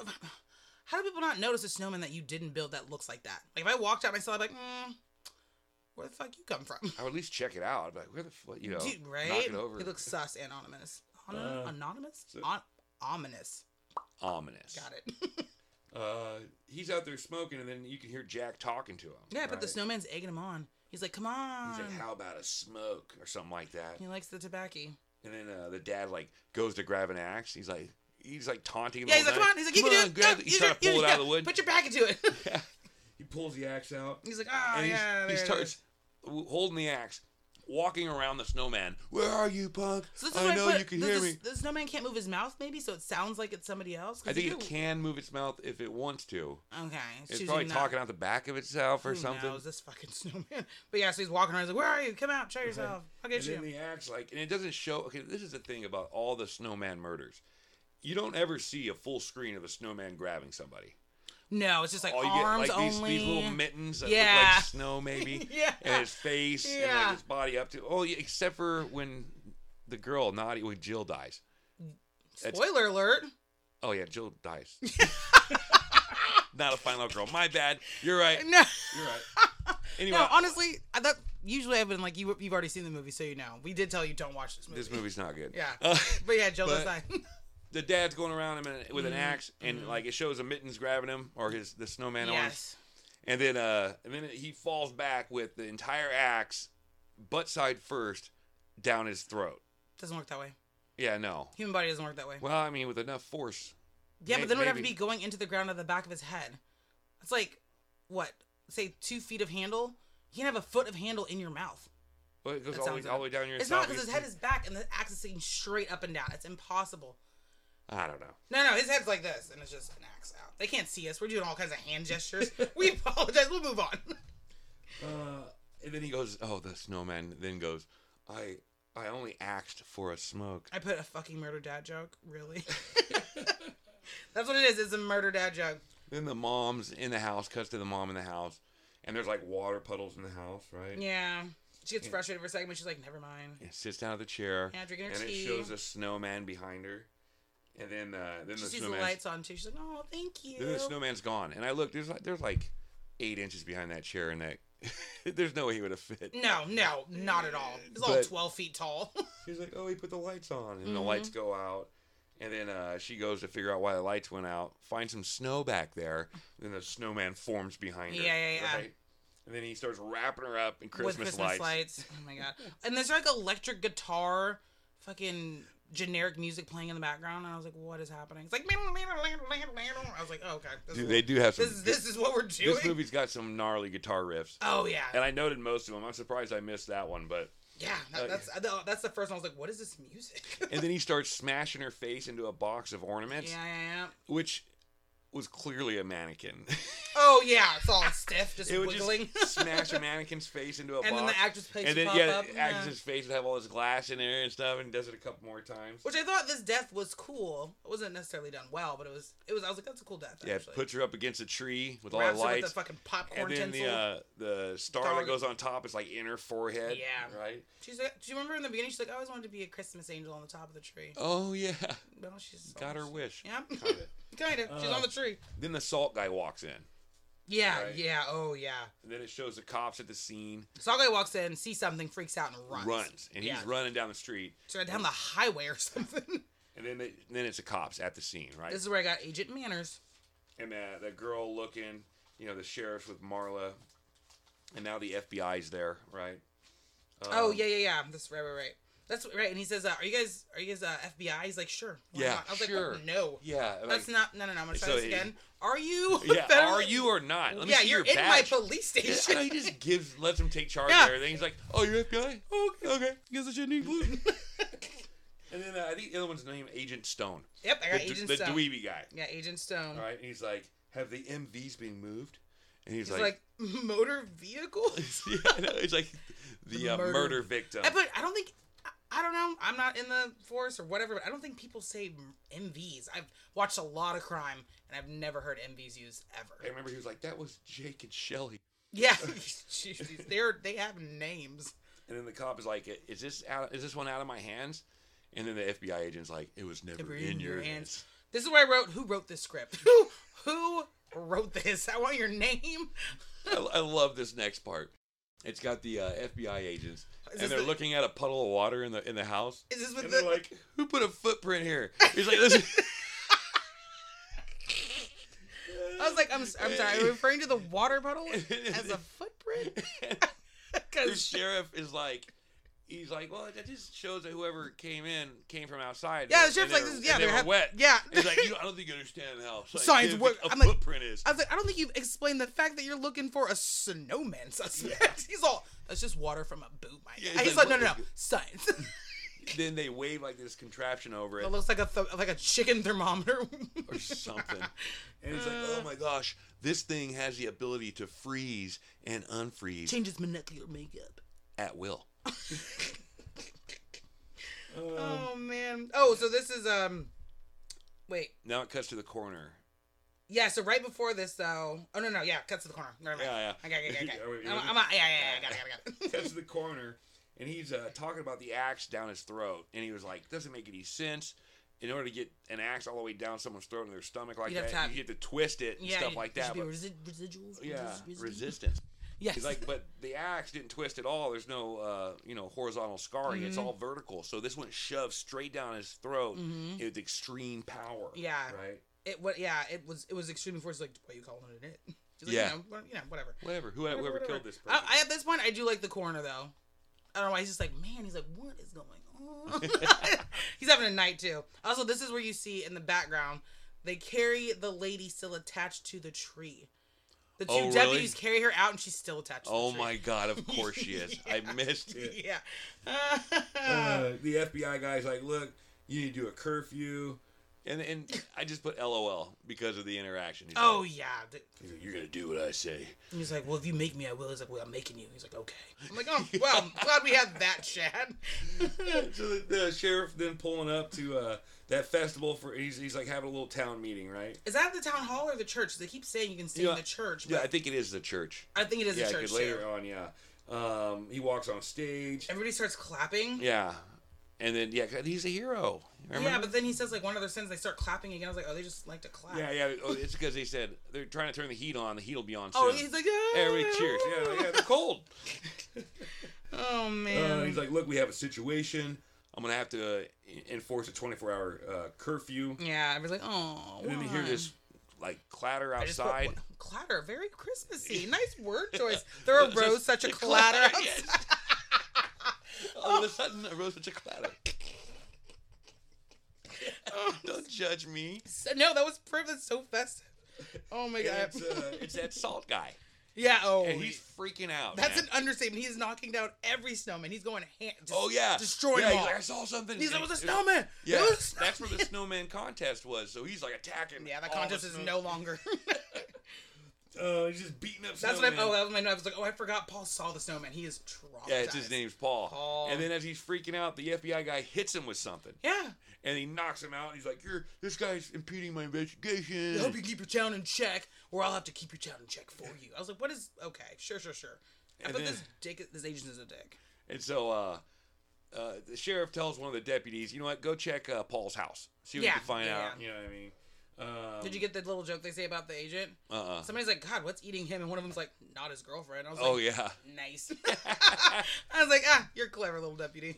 S2: how do people not notice a snowman that you didn't build that looks like that? Like if I walked out myself, I'd be like, mm, where the fuck you come from?
S1: I would at least check it out. I'd be like, where the fuck, you know,
S2: Dude,
S1: knock
S2: right?
S1: it over.
S2: He looks sus and ominous. Ono-
S4: Uh,
S2: anonymous?
S4: so-
S2: On- ominous.
S1: ominous.
S2: Got it. *laughs*
S4: Uh,
S1: He's out there smoking, and then you can hear Jack talking to him.
S2: yeah, but the
S1: right?
S2: snowman's egging him on. He's like, come on.
S1: He's like, how about a smoke or something like that?
S2: he likes the tobacco.
S1: And then uh, the dad like goes to grab an axe. He's like, he's like taunting him.
S2: Yeah,
S1: all
S2: he's like,
S1: night.
S2: come on. He's like, you can do it.
S1: grab
S2: Go,
S1: it."
S2: use
S1: He's trying to
S2: your-
S1: pull it out
S2: use-
S1: of
S2: yeah,
S1: the wood.
S2: Put your back into it. *laughs*
S4: he pulls the axe out.
S2: He's like, oh,
S1: and he's-
S2: yeah.
S1: he
S2: there it
S1: starts
S2: is."
S1: w- holding the axe, walking around the snowman. Where are you, punk?
S2: So this is why
S1: I know
S2: put-
S1: Oh, you can
S2: the,
S1: hear
S2: the,
S1: me.
S2: The snowman can't move his mouth, maybe, so it sounds like it's somebody else. 'cause
S1: I
S2: he
S1: think it
S2: do-
S1: can move its mouth if it wants to.
S2: Okay.
S1: It's
S2: choosing
S1: probably
S2: not-
S1: talking out the back of itself or
S2: Who
S1: something.
S2: knows this fucking *laughs* snowman? But yeah, so he's walking around. He's like, "Where are you? Come out, show yourself. I'll
S1: And
S2: get you."
S1: then the axe, like, and it doesn't show. Okay, this is the thing about all the snowman murders. You don't ever see a full screen of a snowman grabbing somebody.
S2: no, it's just like
S1: All you
S2: arms
S1: get like these,
S2: only.
S1: these little mittens that look
S2: Yeah.
S1: like snow,
S2: *laughs*
S1: maybe,
S2: Yeah.
S1: and his face and like
S2: Yeah.
S1: his body up to. Oh, yeah, except for when the girl Naughty when Jill dies. That's-
S2: Spoiler alert. *laughs*
S1: Oh yeah, Jill dies. Not a fine little girl. My bad. You're right.
S2: No,
S1: You're
S2: *laughs*
S1: right. Anyway,
S2: no. Honestly, I thought usually I've been like you. You've already seen the movie, so you know. We did tell you don't watch this movie.
S1: this movie's not good.
S2: Yeah.
S1: Uh, *laughs*
S2: *laughs* But yeah, Jill does
S1: But-
S2: die.
S1: the dad's going around him with
S2: Mm-hmm.
S1: an axe, and like it shows a mittens grabbing him or his the snowman arms.
S2: yes.
S1: And then uh and then he falls back with the entire axe, butt side first, down his throat.
S2: Doesn't work that way.
S1: Yeah, no.
S2: Human body doesn't work that way.
S1: Well, I mean with enough force.
S2: yeah,
S1: may-
S2: but then it would have to
S1: maybe.
S2: be going into the ground at the back of his head. It's like what? Say two feet of handle. You can have a foot of handle in your mouth.
S1: But it goes
S2: That
S1: all the,
S2: sounds
S1: way- all the way down your
S2: It's not
S1: esophagus,
S2: because his head
S1: too.
S2: is back and the axe is sitting straight up and down. It's impossible.
S1: I don't know.
S2: No, no, his head's like this, and it's just an axe out. They can't see us. We're doing all kinds of hand gestures.
S1: *laughs*
S2: we apologize. We'll move on.
S4: Uh,
S1: And then he goes, Oh, the snowman then goes, I I only axed for a smoke.
S2: I put a fucking murder dad joke. Really? *laughs* That's what it is. It's a murder dad joke.
S1: Then the mom's in the house, cuts to the mom in the house, and there's like water puddles in the house, right?
S2: Yeah. She gets frustrated for a second, but she's like, never mind.
S1: And sits down at the chair.
S2: Yeah, drinking her
S1: and
S2: tea.
S1: it shows a snowman behind her. And then uh then
S2: She
S1: the
S2: sees the
S1: snowman
S2: lights on too. She's like, oh, thank you.
S1: Then the snowman's gone, and I look. There's like there's like eight inches behind that chair, and that *laughs* there's no way he would have fit.
S2: no, no, not at all. It's all
S1: But-
S2: 12 feet tall. *laughs*
S1: She's like, oh, he put the lights on, and the
S2: Mhm.
S1: lights go out, and then uh, she goes to figure out why the lights went out. Find some snow back there. Then the snowman forms behind her.
S2: Yeah, yeah, yeah.
S1: Right? And then he starts wrapping her up in
S2: with
S1: Christmas,
S2: Christmas
S1: lights.
S2: lights. Oh my god! And there's like electric guitar, fucking generic music playing in the background, and I was like, "What is happening?" It's like, I was like, oh, "Okay, this,
S1: Dude,
S2: is,
S1: they do have some.
S2: this, is- this is what we're doing."
S1: this movie's got some gnarly guitar riffs,
S2: *laughs* oh yeah,
S1: and I noted most of them. I'm surprised I missed that one, but
S2: yeah.
S1: Oh,
S2: That, that's that's the first one. I was like, "What is this music?" *laughs* yeah,
S1: and then he starts smashing her face into a box of ornaments,
S2: yeah, yeah.
S1: which was clearly a mannequin.
S2: Oh yeah, it's all stiff, just
S1: It would
S2: wiggling. *laughs*
S1: just smash a mannequin's face into a
S2: and then
S1: box.
S2: the actress plays
S1: and then
S2: pop
S1: yeah,
S2: up.
S1: the
S2: yeah.
S1: actress's face would have all this glass in there and stuff, and does it a couple more times.
S2: Which I thought this death was cool. It wasn't necessarily done well, but it was. It was. I was like, "That's a cool death."
S1: yeah,
S2: actually.
S1: puts her up against a tree with all
S2: Wraps
S1: the
S2: it with
S1: lights,
S2: the fucking popcorn
S1: and then the
S2: tinsel.
S1: uh, the star
S2: Dog.
S1: that goes on top is like in her forehead.
S2: Yeah.
S1: right.
S2: She's like, do you remember in the beginning? She's like, I always wanted to be a Christmas angel on the top of the tree.
S1: Oh yeah,
S2: Well, she's
S1: *laughs* got her
S2: almost-
S1: wish. *laughs*
S2: Yeah, *laughs*
S1: Kinda.
S2: kind of. she's
S4: Uh,
S2: on the tree.
S1: then the salt guy walks in,
S2: Yeah,
S1: right.
S2: yeah, oh yeah.
S1: and then it shows the cops at the scene
S2: Salt guy walks in, sees something, freaks out, and runs.
S1: and
S2: yeah.
S1: he's running down the street,
S2: So down the highway or *laughs* something.
S1: and then they, then it's the cops at the scene, right?
S2: this is where I got Agent Manners.
S1: and uh, the girl looking, you know, the sheriff with Marla, and now the FBI's there, right? Um,
S2: oh yeah, yeah, yeah. That's right, right, right. That's right. And he says, uh, "Are you guys? Are you guys uh, FBI?" He's like, "Sure." why
S1: Yeah,
S2: not?" I was
S1: sure.
S2: like, "What? "No,
S1: yeah.
S2: that's
S1: like,
S2: not. No, no, no. I'm gonna try
S1: So
S2: this
S1: he-
S2: again. Are you? *laughs*
S1: yeah.
S2: federal-
S1: Are you or not? Let me
S2: yeah,
S1: see
S2: you're
S1: your
S2: in my
S1: badge.
S2: police
S1: Yeah, I know,
S2: station.
S1: he just gives, lets him take charge
S2: Yeah.
S1: of everything. He's like, "Oh, you're FBI? Okay, okay. Guess I shouldn't eat gluten."
S2: *laughs*
S1: and then uh, I think the other one's named Agent Stone,
S2: *laughs* yep, I
S1: the,
S2: got
S1: d-
S2: Agent
S1: the
S2: Stone.
S1: dweeby guy.
S2: Yeah, Agent Stone.
S1: All right, and he's like, "Have the MVs been moved?" And he's,
S2: He's like, *laughs* motor vehicles.
S1: *laughs* yeah, I know. He's like the,
S2: The
S1: uh, murder.
S2: murder-
S1: victim.
S2: *laughs* I- but I don't think. I- I don't know. I'm not in the force or whatever. But I don't think people say m- MVs. I've watched a lot of crime and I've never heard MVs used
S1: I
S2: ever.
S1: remember he was like, "That was Jake and Shelly." *laughs*
S2: Yeah, *laughs* Jeez, they're they have names.
S1: And then the cop is like, "Is this out? Is this one out of my hands?" And then the FBI agent's like, "It was never
S2: Never
S1: in, your hands."
S2: This is where I wrote who wrote this script. *laughs* Who who wrote this? I want your name. *laughs*
S1: I, I love this next part. It's got the uh, FBI agents,
S2: Is this
S1: and they're
S2: the-
S1: looking at a puddle of water in the in the house,
S2: Is this with
S1: and
S2: the
S1: they're like, "Who put a footprint here?" He's like,
S2: *laughs*
S1: "Listen."
S2: I was like, I'm, s- I'm sorry. Are we referring to the
S1: *laughs*
S2: water puddle as a footprint? *laughs*
S1: the
S2: Because
S1: sheriff is like, he's like, well, that just shows that whoever came in came from outside.
S2: yeah, the
S1: and-
S2: sheriff's
S1: and
S2: like, this,
S1: they were-
S2: yeah,
S1: and they were
S2: have-
S1: wet. *laughs*
S2: Yeah.
S1: He's like, you, I don't think you understand how scientific
S2: work."
S1: a
S2: I'm like-
S1: footprint is.
S2: I was like, I don't think you've explained the fact that you're looking for a snowman suspect. *laughs* He's all, that's just water from a boot, my
S1: Yeah,
S2: guy."
S1: he's
S2: He's
S1: like,
S2: like, no, no, no,
S1: "What *laughs*
S2: science. *laughs*
S1: then they wave like this contraption over it
S2: it looks like a th- like a chicken thermometer. *laughs*
S1: or *laughs* something, and it's like, oh my gosh, this thing has the ability to freeze and unfreeze
S2: Changes molecular makeup.
S1: at *laughs* will. Um,
S2: Oh man. Oh, so this is um, wait.
S1: Now it cuts to the corner.
S2: Yeah, so right before this though. Oh no no yeah, cuts to the corner. Never mind.
S1: Yeah,
S2: I got it,
S1: *laughs*
S2: I got it, I
S4: Are
S2: got
S4: we-
S2: it. I'm, I'm a, yeah yeah yeah, I got it, I got it, I got it.
S1: cuts to the corner and he's uh, talking about the axe down his throat and he was like doesn't make any sense in order to get an axe all the way down someone's throat in their stomach like
S2: You'd have
S1: that
S2: to have-
S1: you get to twist it and
S2: yeah,
S1: stuff
S2: you-
S1: like
S2: you
S1: that
S2: should be
S1: but,
S2: resi- residuals.
S1: yeah
S2: resi- resi-
S1: resistance
S2: Yes.
S1: he's like but the axe didn't twist at all there's no uh, you know horizontal scarring it's
S2: Mm-hmm.
S1: all vertical so this one shoved straight down his throat with extreme power
S2: Mm-hmm. yeah.
S4: right?
S2: It what? Yeah. It was. It was extremely forced. Like, why you calling it it? She's like,
S1: Yeah.
S2: You know, wha- you know, whatever.
S1: whatever who- whoever,
S2: Whatever,
S1: killed
S2: whatever.
S1: this person
S2: I, I, at this point, I do like the corner though. I don't know why he's just like, man. He's like, what
S1: *laughs*
S2: is going on? *laughs* he's having a night too. Also, this is where you see in the background they carry the lady still attached to the tree. The two
S1: Oh, really?
S2: deputies carry her out, and she's still attached. to the
S1: oh
S2: tree.
S1: my god
S2: *laughs*
S1: of course she is i missed it
S2: Yeah.
S4: Uh, the FBI guy's like, look, you need to do a curfew.
S1: And and I just put LOL because of the interaction. He's
S2: oh
S1: like,
S2: yeah. The-
S1: he's like, you're gonna do what I say.
S2: And He's like, well, if you make me, I will. He's like, well, I'm making you. He's like, okay. I'm like, oh,
S1: *laughs*
S2: well, I'm glad we had that, Chad.
S4: So the, the sheriff then pulling up to uh, that festival for he's, he's like having a little town meeting, right?
S2: Is that the town hall or the church? They keep saying you can sing
S1: Yeah.
S2: in the church, but
S1: Yeah, I think it is the church.
S2: I think it is
S1: yeah,
S2: the
S1: 'cause
S2: church
S1: later
S2: too.
S4: On yeah, um, he walks on stage.
S2: Everybody starts clapping. Yeah,
S1: Yeah, and then yeah, 'cause he's a hero. Remember?
S2: but then he says like one of their sins. They start clapping again. I was like, oh, they just like to clap.
S1: yeah, yeah. Oh, it's because they said they're trying to turn the heat on. The heat will be on soon.
S2: Oh, he's like, oh,
S1: Everybody cheers. Yeah, yeah, they're
S2: *laughs*
S1: cold.
S2: Oh man.
S4: Uh, he's like, look, we have a situation.
S1: I'm gonna have to. Uh,
S4: Enforce a 24-hour uh, curfew.
S2: yeah, everybody's like, oh.
S1: and then we hear
S2: why?"
S1: this like clatter
S2: I just put,
S1: outside.
S2: "What- clatter,
S1: *laughs*
S2: very Christmassy. Nice word choice. There arose such a clatter.
S1: Clatter, *laughs* yes. All of
S2: *laughs*
S1: a sudden, there rose such a clatter. Don't judge me.
S2: outside. No, that was perfect. That's so festive. Oh my
S4: And
S2: god.
S4: it's, uh,
S1: It's that salt guy.
S2: *laughs* Yeah. Oh,
S1: and he's freaking out.
S2: that's
S1: man.
S2: an understatement. He's knocking down every snowman. He's going hand. Just,
S1: oh yeah,
S2: destroying
S1: Yeah,
S2: them
S1: he's
S2: all.
S1: like, I saw something.
S2: He's like,
S1: And
S2: "It was a
S1: it-
S2: snowman.
S1: Yeah,
S2: It was a
S1: *laughs*
S2: snowman."
S1: that's where the snowman contest was. So he's like attacking.
S2: Yeah, that
S1: all
S2: contest
S1: the
S2: is
S1: snow-
S2: no
S1: *laughs*
S2: longer. *laughs*
S4: Uh, he's just beating up.
S2: That's
S4: snowmen.
S2: what I. Oh, that was my note. I was like, oh, I forgot. Paul saw the snowman. He is traumatized.
S1: Yeah, it's his name's Paul.
S2: Paul.
S1: And then as he's freaking out, the FBI guy hits him with something,
S2: Yeah.
S1: and he knocks him out. And he's like, "You're this guy's impeding my
S2: I
S1: investigation."
S2: hope you keep your town in check, or I'll have to keep your town in check for you. I was like, what is? Okay, sure, sure, sure. I
S1: And
S2: thought
S1: then-
S2: this dick, this agent is a dick.
S1: And so uh, uh, the sheriff tells one of the deputies, "You know what? Go check uh, Paul's house. See what
S2: Yeah,
S1: you can find
S2: yeah,
S1: out."
S4: You know what I mean? Um,
S2: Did you get the little joke they say about the agent?
S1: Uh-uh.
S2: Somebody's like, God, what's eating him? And one of them's like, not his girlfriend. I was like,
S1: Oh yeah.
S2: nice. *laughs* I was like, ah, you're clever, little deputy.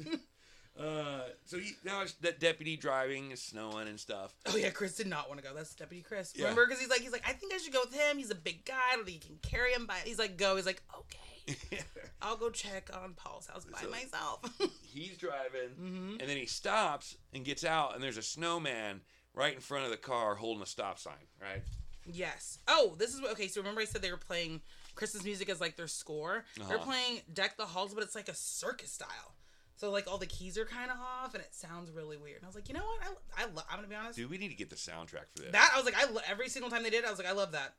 S4: Uh,
S1: So he, now it's that deputy driving, it's snowing and stuff. *laughs*
S2: oh yeah, Chris did not want to go. That's Deputy Chris.
S1: Yeah.
S2: Remember? Because he's like, he's like, I think I should go with him. He's a big guy. I don't think he can carry him. By he's like, go. He's like, *laughs* okay, I'll go check on Paul's house by
S1: So-
S2: myself. *laughs*
S1: He's driving,
S2: Mhm.
S1: and then he stops and gets out, and there's a snowman right in front of the car holding a stop sign. Right?
S2: yes. Oh, this is what. Okay, so remember I said they were playing Christmas music as like their score. They're
S1: Uh-huh.
S2: playing Deck the Halls, but it's like a circus style. So like all the keys are kind of off, and it sounds really weird. And I was like, you know what? I I love. I'm gonna be honest.
S1: Dude, we need to get the soundtrack for this.
S2: That I was like, I lo- every single time they did, it, I was like, I love that.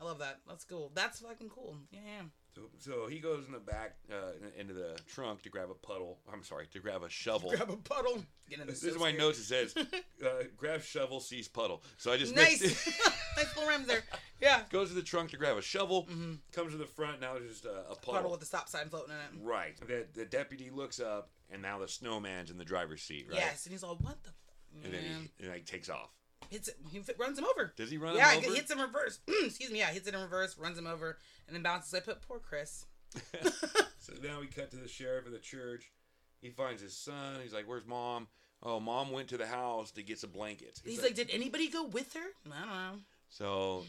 S2: I love that. That's cool. That's fucking cool. Yeah. yeah.
S1: so, so he goes in the back uh, in- into the trunk to grab a puddle. I'm sorry, to grab a shovel.
S2: Grab a puddle. Get in the
S1: this is my notes. It says,
S2: *laughs*
S1: uh, "Grab shovel, seize puddle." So I just
S2: Nice. *laughs*
S1: missed it. *laughs*
S2: nice little rhymes there. Yeah.
S1: goes to the trunk to grab a shovel.
S4: comes to the front now. There's just a, a puddle.
S2: Mm-hmm. Puddle with the stop sign floating in it.
S1: Right. The, the deputy looks up, and now the snowman's in the driver's seat. Right.
S2: Yes. And he's all, what the? F-?
S1: And then
S2: Yeah.
S1: he and, like takes off.
S2: Hits it. He fi- runs him over.
S1: Does he run
S2: Yeah,
S1: him over?
S2: Mm, hits him reverse. Excuse me. Yeah, hits it in reverse, runs him over, and then bounces. I put poor Chris.
S1: *laughs*
S2: *laughs*
S1: so now we cut to the sheriff of the church. He finds his son. He's like, "Where's mom?" Oh, mom went to the house to get some blankets.
S2: He's like, did anybody go with her? I don't know.
S1: so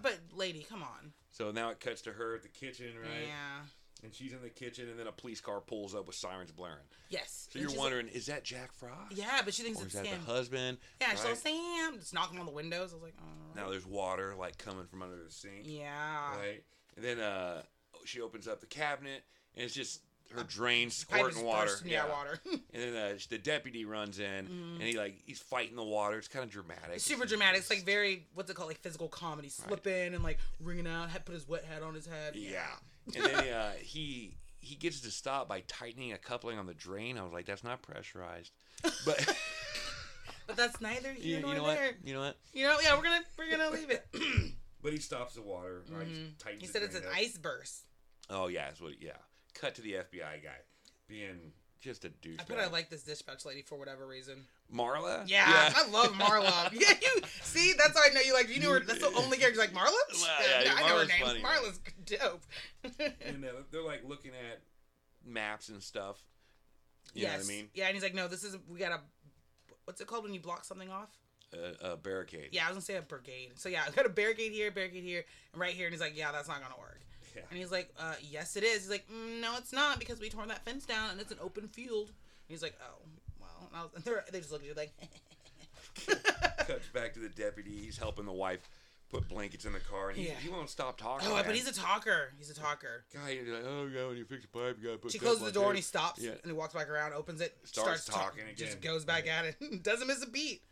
S2: But lady, come on.
S1: so now it cuts to her at the kitchen, right?
S2: Yeah.
S1: And she's in the kitchen, and then a police car pulls up with sirens blaring.
S2: Yes.
S1: So
S2: And
S1: you're
S2: she's
S1: wondering, is that Jack Frost?
S2: Like, yeah, but she thinks
S1: Or is
S2: it's
S1: that
S2: Sam.
S1: the husband?
S2: yeah, she's like
S1: right?
S2: Sam. Just knocking on the windows. I was like, oh.
S1: Now there's water like coming from under the sink.
S2: yeah.
S1: Right. And then uh, she opens up the cabinet, and it's just her drain
S2: Uh, Pipe
S1: squirting
S2: is
S1: water.
S2: bursting, Yeah, water. *laughs* Mm-hmm.
S1: And then uh, the deputy runs in, and he like he's fighting the water. It's kind of dramatic.
S2: It's super dramatic.
S1: *laughs*
S2: It's like very what's it called, like physical comedy, slipping and like wringing out. Had put his wet hat on his head.
S1: yeah.
S2: *laughs*
S1: and then uh, he he gets to stop by tightening a coupling on the drain. I was like, that's not pressurized.
S2: *laughs*
S1: But *laughs*
S2: But that's neither
S1: you,
S2: here
S1: you
S2: nor
S1: know what?
S2: there.
S1: You know what?
S2: You know? Yeah, we're gonna we're gonna leave it.
S1: *laughs* But he stops the water. Right? He tightens
S2: Mm-hmm.
S1: the
S2: he said it's an
S1: drain up.
S2: ice burst.
S1: Oh yeah, that's what. Yeah. Cut to the FBI guy being just a douchebag.
S2: I bet I like this dispatch lady for
S1: *laughs*
S2: whatever reason.
S1: Marla.
S2: Yeah, I love
S1: *laughs*
S2: Marla. yeah, you see, that's how I know you like. You knew her. That's the only character like Marla.
S1: Well, yeah,
S2: I know her
S1: Marla's
S2: name.
S1: funny, man.
S2: Marla's *laughs* dope.
S1: and uh, they're like looking at maps and stuff. You know what I mean?
S2: Yeah, and he's like, no, this is we got a what's it called when you block something off?
S1: A, a barricade.
S2: Yeah, I was gonna say a brigade. So yeah, *laughs* I got a barricade here, barricade here, and right here. And he's like, yeah, that's not gonna work.
S1: Yeah.
S2: And he's like, uh, yes, it is. He's like, mm, no, it's not because we tore that fence down and it's an open field. And he's like, oh, well. And, I was, *laughs* and they're, they just look at you like,
S1: Cuts back to the deputy. He's helping the wife put blankets in the car, and he,
S2: Yeah.
S1: he won't stop talking.
S2: oh,
S1: man.
S2: but he's a talker. He's a talker.
S1: guy. He's like, oh yeah, when you fix the pipe, you gotta put.
S2: She
S1: stuff
S2: closes
S1: on
S2: the door and he
S1: tape."
S2: stops
S1: Yeah.
S2: and he walks back around, opens it,
S1: Starts
S2: talk-
S1: talking again.
S2: just goes back at it, *laughs* doesn't miss a beat.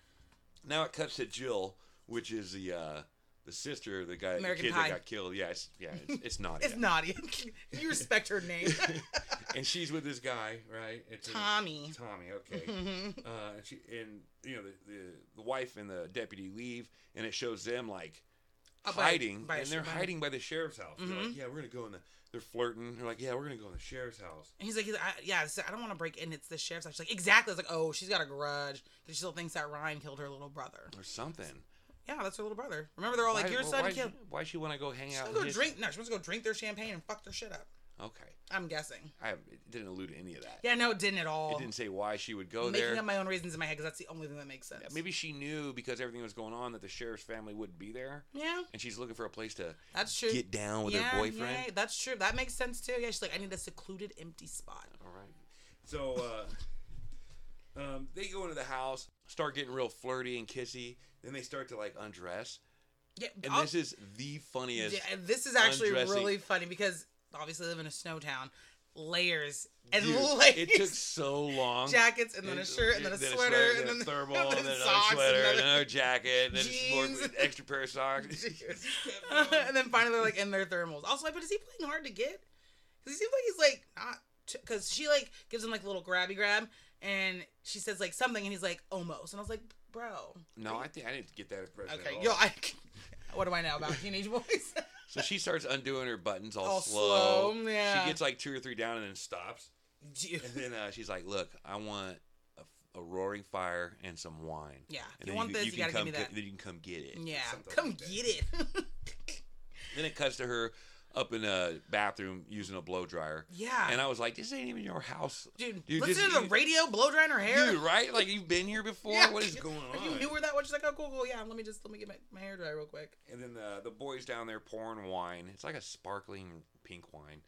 S1: Now it cuts to Jill, which is the uh, the sister, of the guy,
S2: American
S1: the kid
S2: Pie.
S1: that got killed. Yeah, it's, yeah, it's, it's not.
S2: *laughs* It's naughty.
S1: *laughs*
S2: you respect her name,
S1: and she's with this guy, right? It's a-
S2: Tommy.
S1: Tommy,
S2: *laughs*
S1: okay.
S2: Mm-hmm.
S1: uh, and she and you know the, the the wife and the deputy leave, and it shows them like
S2: Uh, by-
S1: hiding,
S2: by Mm-hmm. a
S1: and they're
S2: sh- by-
S1: hiding by the sheriff's house. They're like, yeah, we're gonna go in the. They're flirting. They're like, yeah, we're gonna go in the sheriff's house.
S2: And he's like, he's, I, yeah, so I don't want to break in. It's the sheriff's office. She's Like, exactly. It's like, oh, she's got a grudge because she still thinks that Ryan killed her little brother.
S1: Or something.
S2: Yeah, that's her little brother. Remember, they're all Oh, like,
S1: Why-
S2: your
S1: well,
S2: son
S1: why
S2: killed.
S1: She, why she want to go hang
S2: She's
S1: out?
S2: gonna go
S1: in his-
S2: drink. No, she's supposed to go drink their champagne and fuck their shit up.
S1: Okay,
S2: I'm guessing.
S1: I have- it didn't allude to any of that.
S2: Yeah, no, it didn't at all.
S1: It didn't say why she would go
S2: I'm making
S1: there.
S2: up my own reasons in my head because that's the only thing that makes sense.
S1: Maybe she knew because everything was going on that the sheriff's family wouldn't be there,
S2: Yeah,
S1: and she's looking for a place to
S2: that's true.
S1: get down with
S2: yeah,
S1: her boyfriend.
S2: yeah, that's true. That makes sense too. Yeah, she's like, I need a secluded, empty spot.
S1: All right. So uh, um, they go into the house, start getting real flirty and kissy. Then they start to like undress,
S2: Yeah,
S1: and
S2: I'll-
S1: this is the funniest.
S2: Yeah, and this is actually
S1: undressing.
S2: really funny because obviously I live in a snow town. Layers and
S1: Dude,
S2: *laughs* layers.
S1: it took so long.
S2: jackets and then a shirt and then a sweater and then *laughs*
S1: a thermal
S2: and
S1: and
S2: then
S1: then
S2: socks
S1: another sweater and
S2: another-
S1: another jacket and then
S2: Jeans.
S1: more, *laughs* extra pair of
S2: *laughs*
S1: socks.
S2: and then finally they're like in their thermals. Also, like, but is he playing hard to get? Because he seems like he's like not because she like gives him like a little grabby grab and she says like something and he's like almost and I was like bro
S1: no, I think I didn't get that impression.
S2: okay
S1: at all.
S2: yo I *laughs* what do I know about teenage boys
S1: So she starts undoing her buttons *laughs* all,
S2: All
S1: slow.
S2: slow, yeah.
S1: She gets like two or three down and then stops.
S2: Gee.
S1: And then uh, she's like, "Look, I want a, a roaring fire and some wine."
S2: Yeah, if
S1: and
S2: you want this, you
S1: can
S2: gotta give
S1: come
S2: me
S1: get-
S2: that.
S1: Then you can come get it.
S2: yeah
S1: Something
S2: come
S1: like that.
S2: get it *laughs*
S1: Then it cuts to her up in a bathroom using a blow dryer.
S2: Yeah.
S1: And I was like, "This ain't even your house,
S2: dude,
S1: Dude,
S2: listen
S1: this-
S2: to the radio blow drying her hair
S1: dude. Right? Like you've been here before. *laughs*
S2: Yeah.
S1: What is going
S2: Are
S1: on?"
S2: *laughs* you knew where that was? She's like, oh, cool, cool. Yeah, let me just let me get my, my hair dry real quick.
S1: and then uh, the the boys down there pouring wine. It's like a sparkling pink wine.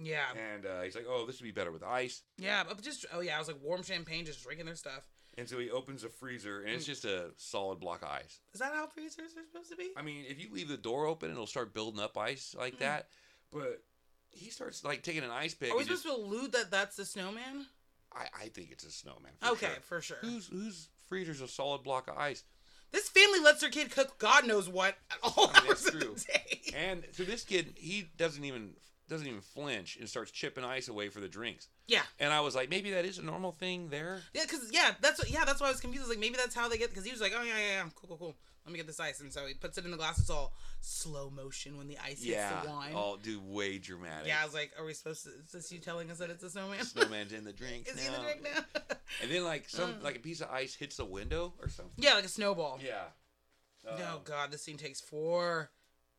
S2: Yeah,
S1: And uh, he's like, "Oh, this would be better with ice."
S2: yeah. But just oh yeah, I was like warm champagne, just drinking their stuff.
S1: And so he opens the freezer, and it's
S2: Mm.
S1: just a solid block of ice.
S2: Is that how freezers are supposed to be?
S1: I mean, if you leave the door open, it'll start building up ice like that. But he starts like taking an ice pick.
S2: Hmm. Are we
S1: and just,
S2: supposed to allude that that's the snowman?
S1: I, I think it's a snowman. for
S2: Okay,
S1: sure.
S2: for sure.
S1: Who's who's freezer's a solid block of
S2: *laughs*
S1: ice?
S2: This family lets their kid cook God knows what at all
S1: I mean,
S2: hours
S1: that's
S2: of
S1: true.
S2: the day.
S1: And so this kid, he doesn't even doesn't even flinch and starts chipping ice away for the drinks.
S2: Yeah.
S1: And I was like, maybe that is a normal thing there.
S2: Yeah, cause yeah, that's what, yeah, that's why I was confused. I was like maybe that's how they get. Cause he was like, oh yeah, yeah, yeah, cool, cool, cool. Let me get this ice, and so he puts it in the glass. It's all slow motion when the ice
S1: yeah.
S2: hits the wine.
S1: Oh, dude, way dramatic.
S2: yeah, I was like, are we supposed to? Is this you telling us that it's a
S1: *laughs*
S2: snowman?
S1: Snowman's in the drink.
S2: Is
S1: now.
S2: he in the drink now? *laughs* Mm.
S1: And then like some like a piece of ice hits the window or something. Um,
S2: yeah, like a snowball.
S1: Yeah.
S2: No, God, this scene takes forever.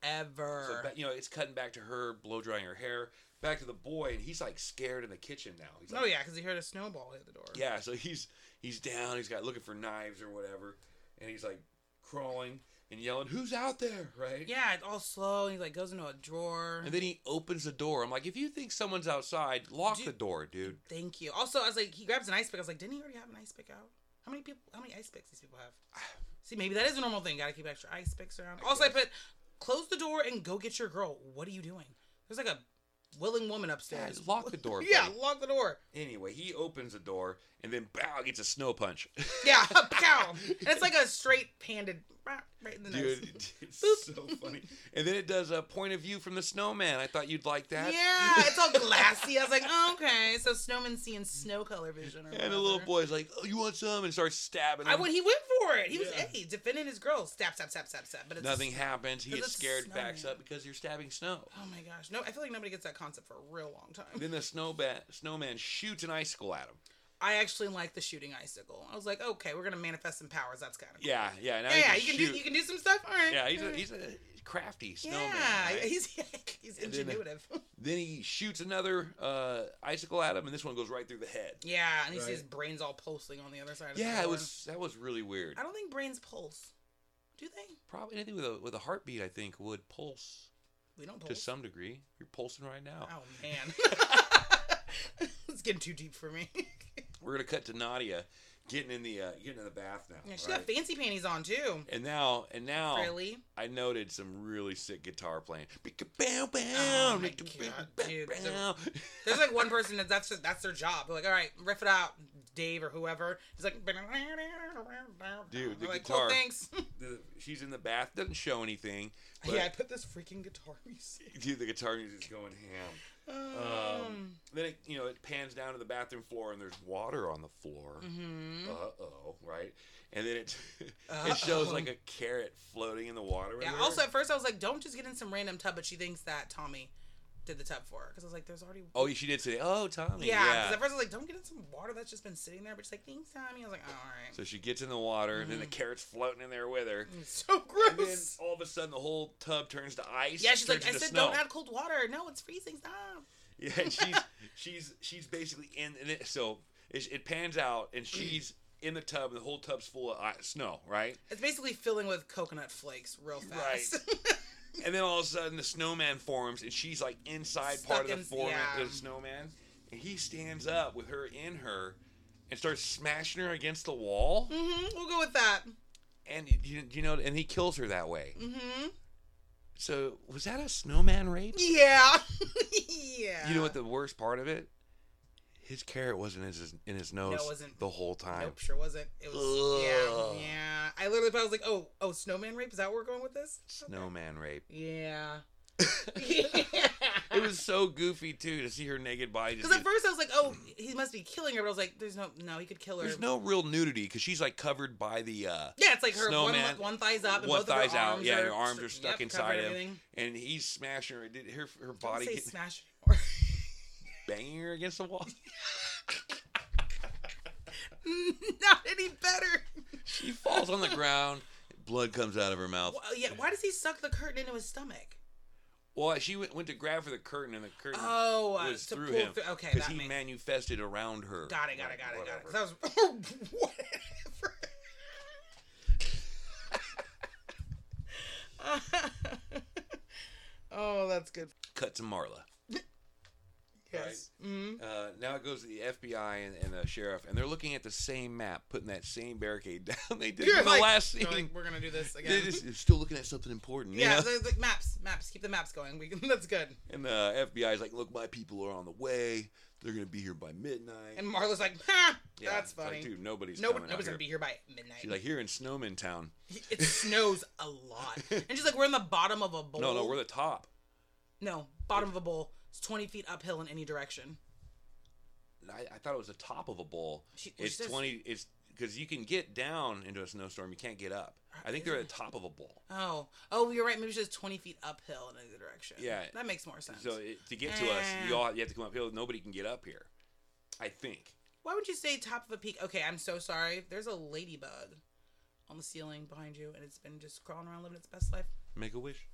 S2: forever.
S1: So ba- you know, it's cutting back to her blow drying her hair, back to the boy, and he's like scared in the kitchen now. He's like,
S2: oh yeah, because he heard a snowball hit the door.
S1: yeah, so he's he's down. He's got looking for knives or whatever, and he's like crawling and yelling, "Who's out there?" Right?
S2: Yeah, it's all slow. And he like goes into a drawer.
S1: And then he opens the door. I'm like, if you think someone's outside, lock
S2: Dude.
S1: the door, dude.
S2: Thank you. Also, I was like, he grabs an ice pick. I was like, didn't he already have an ice pick out? How many people? How many ice picks these people
S1: *sighs*
S2: have? See, maybe that is a normal thing. Got to keep extra ice picks around.
S1: I
S2: also, I
S1: guess.
S2: put close the door and go get your girl. What are you doing? There's like a willing woman upstairs.
S1: Yeah, lock the door,
S2: *laughs* yeah,
S1: buddy.
S2: lock the door.
S1: Anyway, he opens the door and then bow gets a snow punch. *laughs*
S2: Yeah, *laughs* pow. And it's like a straight handed right in the nose.
S1: Dude, it's so funny. And then it does a point of view from the snowman. I thought you'd like that.
S2: Yeah,
S1: *laughs*
S2: it's all glassy. I was like, oh, okay, so snowman seeing snow color vision. Or
S1: And the little
S2: whatever.
S1: boy's like, "Oh, you want some?" and starts stabbing him.
S2: I would. He went for it. He was
S1: Yeah.
S2: hey defending his girl. Stab, stab, stab, stab, stab. But it's
S1: Nothing happens. He
S2: Cause
S1: gets
S2: it's
S1: scared, backs
S2: snowman.
S1: up because you're stabbing snow.
S2: Oh my gosh! No, I feel like nobody gets that concept for a real long time.
S1: then the snowman snowman shoots an icicle at him.
S2: I actually like the shooting icicle. I was like, okay, we're gonna manifest some powers. That's kind of cool.
S1: Yeah, yeah. Now
S2: yeah,
S1: he
S2: yeah.
S1: can
S2: You can
S1: shoot.
S2: do you can do some stuff. All right.
S1: yeah, he's
S2: all
S1: a,
S2: right.
S1: he's a crafty snowman.
S2: yeah. *laughs*
S1: right?
S2: He's he's
S1: And then-
S2: ingenuitive.
S1: Then he shoots another uh, icicle at him, and this one goes right through the head.
S2: *laughs* yeah, and you see
S1: Right.
S2: his brains all pulsing on the other side. Of the
S1: Yeah, it
S2: door.
S1: was that was really weird.
S2: I don't think brains pulse. Do they?
S1: Probably anything with a with a heartbeat, I think, would pulse
S2: We don't
S1: to
S2: pulse.
S1: some degree. You're pulsing right now.
S2: Oh man, *laughs* it's getting too deep for me.
S1: We're gonna cut to Nadia getting in the uh, getting in the bath now.
S2: *laughs* yeah, she
S1: right?
S2: got fancy panties on too.
S1: and now and now
S2: Really?
S1: I noted some really sick guitar playing. Bow, bow,
S2: Oh my
S1: bow,
S2: God,
S1: bow,
S2: dude.
S1: bow.
S2: There's like one person that that's just, that's their job. They're like, all right, riff it out, Dave or whoever. He's like,
S1: Dude, the
S2: We're like,
S1: guitar.
S2: Cool, *laughs* thanks.
S1: The- She's in the bath. Doesn't show anything. But
S2: yeah, I put this freaking guitar *laughs* music.
S1: dude, the guitar music's going ham. Um, then it, you know it pans down to the bathroom floor and there's water on the floor.
S2: Mhm.
S1: Uh oh, right? And then it *laughs* it shows like a carrot floating in the water. with
S2: yeah.
S1: her.
S2: Also, at first I was like, don't just get in some random tub, but she thinks that Tommy did the tub for her because I was like, there's already.
S1: oh, she did say, "Oh, Tommy."
S2: yeah.
S1: Yeah.
S2: Because at first I was like, don't get in some water that's just been sitting there. But she's like, thanks, Tommy. I was like, oh, all right.
S1: So she gets in the water, and
S2: Mm-hmm.
S1: then the carrot's floating in there with her.
S2: It's *laughs* so
S1: And then
S2: gross.
S1: all of a sudden, the whole tub turns to ice.
S2: yeah, she's
S1: turns
S2: like, I
S1: into
S2: said,
S1: snow.
S2: don't add cold water. No, it's freezing. Stop.
S1: Yeah, and she's she's she's basically in, in it. So it, it pans out, and she's in the tub, and the whole tub's full of ice, snow, right?
S2: It's basically filling with coconut flakes real
S1: Right.
S2: *laughs* fast.
S1: And then all of a sudden, the snowman forms, and she's like inside part
S2: Stuck
S1: of the
S2: in-
S1: form
S2: yeah.
S1: of the snowman. And he stands up with her in her and starts smashing her against the wall.
S2: hmm We'll go with that.
S1: And you- you, you know, and he kills her that way.
S2: hmm
S1: So was that a snowman rape?
S2: Yeah. *laughs* yeah.
S1: You know what the worst part of it? His carrot wasn't in his, in his nose
S2: wasn't.
S1: the whole time.
S2: Nope, sure wasn't. It was.
S1: Ugh.
S2: Yeah, yeah. I literally thought I was like, oh, oh, snowman rape. Is that where we're going with this?
S1: Snowman rape. *laughs*
S2: Yeah. *laughs*
S1: It
S2: Because
S1: was so goofy too to see her naked body. Just
S2: at first I was like, oh, he must be killing her, but I was like, there's no, no, he could kill her.
S1: there's no real nudity because she's like covered by the uh,
S2: Yeah, it's like her one,
S1: Snowman.
S2: one thigh's up and
S1: One
S2: both of her
S1: thigh's out.
S2: arms
S1: Yeah,
S2: are,
S1: her arms are stuck
S2: yep,
S1: inside
S2: covered
S1: him.
S2: everything.
S1: and he's smashing her. Did her her
S2: Don't
S1: body
S2: say
S1: get
S2: smash anymore.
S1: banging her against the wall?
S2: *laughs*
S1: *laughs*
S2: Not any better.
S1: she falls on the ground. Blood comes out of her mouth.
S2: Well, yeah, why does he suck the curtain into his stomach?
S1: Well, she went, went to grab for the curtain, and the curtain
S2: Oh, uh,
S1: was
S2: to
S1: through
S2: pull
S1: him
S2: through. Okay,
S1: because
S2: that
S1: he
S2: makes
S1: manifested around her.
S2: Got it, got it, got it, got it.
S1: Whatever.
S2: 'Cause I was *laughs* whatever. *laughs* oh, that's good.
S1: Cut to Marla.
S2: Yes. hmm
S1: Uh, now it goes to the FBI and, and the sheriff, and they're looking at the same map, putting that same barricade *laughs* down they did in the last scene.
S2: we're gonna do Mm-hmm. this
S1: they're
S2: again.
S1: just they're still looking at something important. you
S2: "Oh yeah,
S1: know?
S2: so it's like maps, maps. Keep the maps going. We can, *laughs* that's good.
S1: And uh, the FBI's like, look, my people are on the way. They're gonna be here by midnight.
S2: And Marla's like, ha,
S1: Yeah,
S2: that's
S1: it's like,
S2: funny.
S1: dude, nobody's
S2: Nobody,
S1: coming out
S2: nobody's
S1: here.
S2: gonna be here by midnight.
S1: She's like, here in Snowman Town.
S2: it snows a lot, and she's like, we're in the bottom of a bowl.
S1: No, no, we're the top.
S2: no bottom of a bowl. It's twenty feet uphill in any direction.
S1: I, I thought it was the top of a bowl.
S2: She- she
S1: it's
S2: says-
S1: twenty. It's because you can get down into a snowstorm, you can't get up. I think they're at the top of a bowl.
S2: Oh, oh, you're right. Maybe she's twenty feet uphill in either direction.
S1: Yeah.
S2: that makes more sense.
S1: So it, to get to us, you
S2: Ah.
S1: all you have to come uphill. Nobody can get up here. I think.
S2: Why would you say top of a peak? Okay, I'm so sorry. There's a ladybug on the ceiling behind you, and it's been just crawling around living its best life.
S1: Make a wish.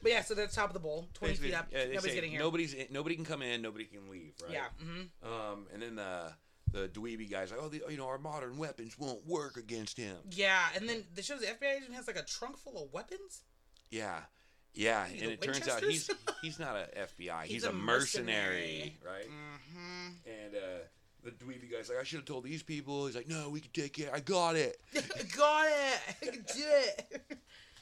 S2: But yeah, so that's top of the bowl, twenty
S1: Basically,
S2: feet up.
S1: yeah, they
S2: Nobody's
S1: say
S2: getting here.
S1: Nobody's in, nobody can come in. Nobody can leave. Right.
S2: Yeah. hmm
S1: Um, and then the the dweeby guy's like, oh, the, you know, our modern weapons won't work against him.
S2: Yeah, and then the shows the FBI agent has like a trunk full of weapons.
S1: Yeah, yeah.
S2: Maybe
S1: and
S2: the
S1: it turns out he's
S2: Winchesters?
S1: he's not a FBI. He's,
S2: He's
S1: a,
S2: a
S1: mercenary,
S2: mercenary.
S1: right?
S2: Mm-hmm.
S1: And uh, the dweeby guy's like, I should have told these people. He's like, no, we can take it. I got it.
S2: *laughs* Got it. *laughs* I can do
S1: *laughs*
S2: it.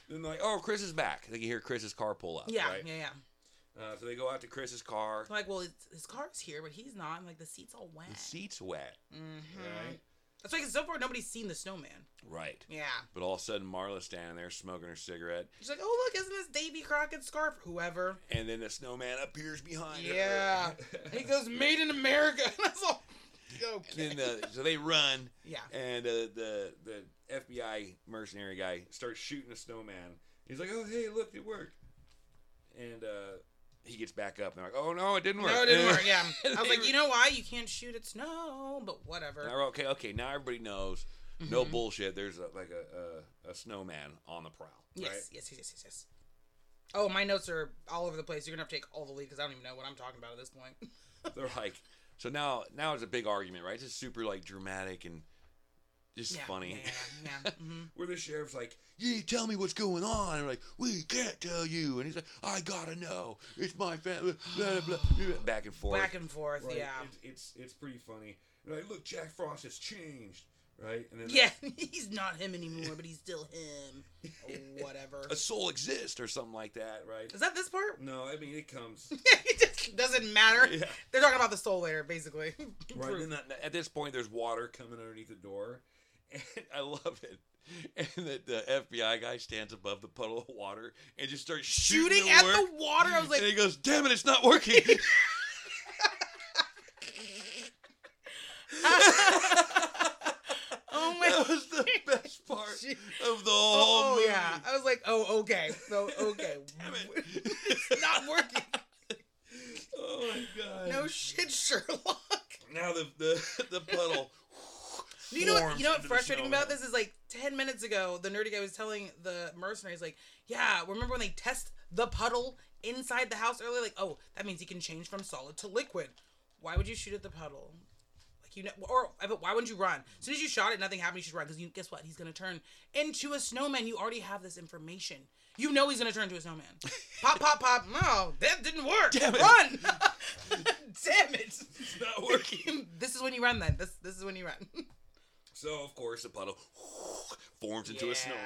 S1: Then they're like, oh, Chris is back. They can hear Chris's car pull up.
S2: yeah,
S1: right?
S2: yeah, yeah.
S1: Uh, so they go out to Chris's car.
S2: I'm like, well, it's, his car's here, but he's not. I'm like, the seat's all wet.
S1: The seat's wet.
S2: hmm
S1: Right.
S2: That's why 'cause so far nobody's seen the snowman.
S1: Right.
S2: Yeah.
S1: But all of a sudden, Marla's standing there smoking her cigarette,
S2: She's like, oh look, isn't this Davy Crockett scarf? Whoever.
S1: and then the snowman appears behind
S2: Yeah.
S1: *laughs* her.
S2: *laughs* he goes, made in America. *laughs* That's all. Okay.
S1: then the, so they run,
S2: Yeah.
S1: and uh, the the FBI mercenary guy starts shooting a snowman. He's like, "Oh, hey, look, it worked!" And uh, he gets back up, and they're like, "Oh no, it didn't work."
S2: No, it didn't
S1: *laughs*
S2: work. *laughs* Yeah. I was
S1: They
S2: like, you know why you can't shoot at snow, but whatever.
S1: Now, okay, okay, now everybody knows. No
S2: Mhm.
S1: bullshit. There's a, like a, a a snowman on the prowl.
S2: Yes,
S1: right?
S2: yes, yes, yes, yes, yes. Oh, my notes are all over the place. You're gonna have to take all the lead because I don't even know what I'm talking about at this
S1: *laughs*
S2: point.
S1: they're like so now now it's a big argument right it's just super like dramatic and just
S2: *laughs* yeah,
S1: funny
S2: Yeah, yeah, yeah. *laughs* Mhm.
S1: where the sheriff's like you tell me what's going on and like we can't tell you and he's like i gotta know it's my family *sighs* blah, blah, blah. back and forth
S2: Back and forth.
S1: Right?
S2: Yeah.
S1: it's, it's it's pretty funny They're like look jack frost has changed right and then
S2: Yeah, *laughs* he's not him anymore, but he's still him.
S1: *laughs*
S2: Whatever.
S1: a soul exists or something like that right
S2: Is that this *laughs* part?
S1: no i mean it
S2: *laughs*
S1: comes
S2: it just doesn't matter.
S1: Mm.
S2: *laughs*
S1: Yeah.
S2: They're talking about the soul later, basically. *laughs*
S1: Right. And that, at this point, there's water coming underneath the door. *laughs* And I love it. And the, the FBI guy stands above the puddle of water and just starts shooting,
S2: Shooting at
S1: work.
S2: the water, I was like,
S1: and he goes, "Damn it, it's not working."
S2: *laughs* oh my
S1: that was the best part
S2: Gee.
S1: of the whole
S2: Oh,
S1: movie.
S2: yeah. I was like, oh okay.
S1: *laughs*
S2: So okay.
S1: Damn it.
S2: *laughs* it's not working.
S1: *laughs* Oh my god.
S2: No shit, Sherlock.
S1: now the the, the puddle.
S2: *laughs* You know what?
S1: forms
S2: You know what?
S1: into the
S2: Frustrating about
S1: snowman.
S2: this is like ten minutes ago, the nerdy guy was telling the mercenaries, like, yeah, remember when they test the puddle inside the house earlier? Like, oh, that means he can change from solid to liquid. Why would you shoot at the puddle? Like you know, or but why wouldn't you run? As soon as you shot it, nothing happened. You should run because you guess what? He's gonna turn into a snowman. You already have this information. You know he's gonna turn into
S1: *laughs*
S2: a snowman. pop, pop, pop. No, that didn't work.
S1: Damn it.
S2: Run! *laughs*
S1: *laughs*
S2: Damn it!
S1: It's not working. *laughs*
S2: This is when you run. Then this this is when you run. *laughs*
S1: So of course the puddle *laughs* forms into
S2: Yeah.
S1: a snowman,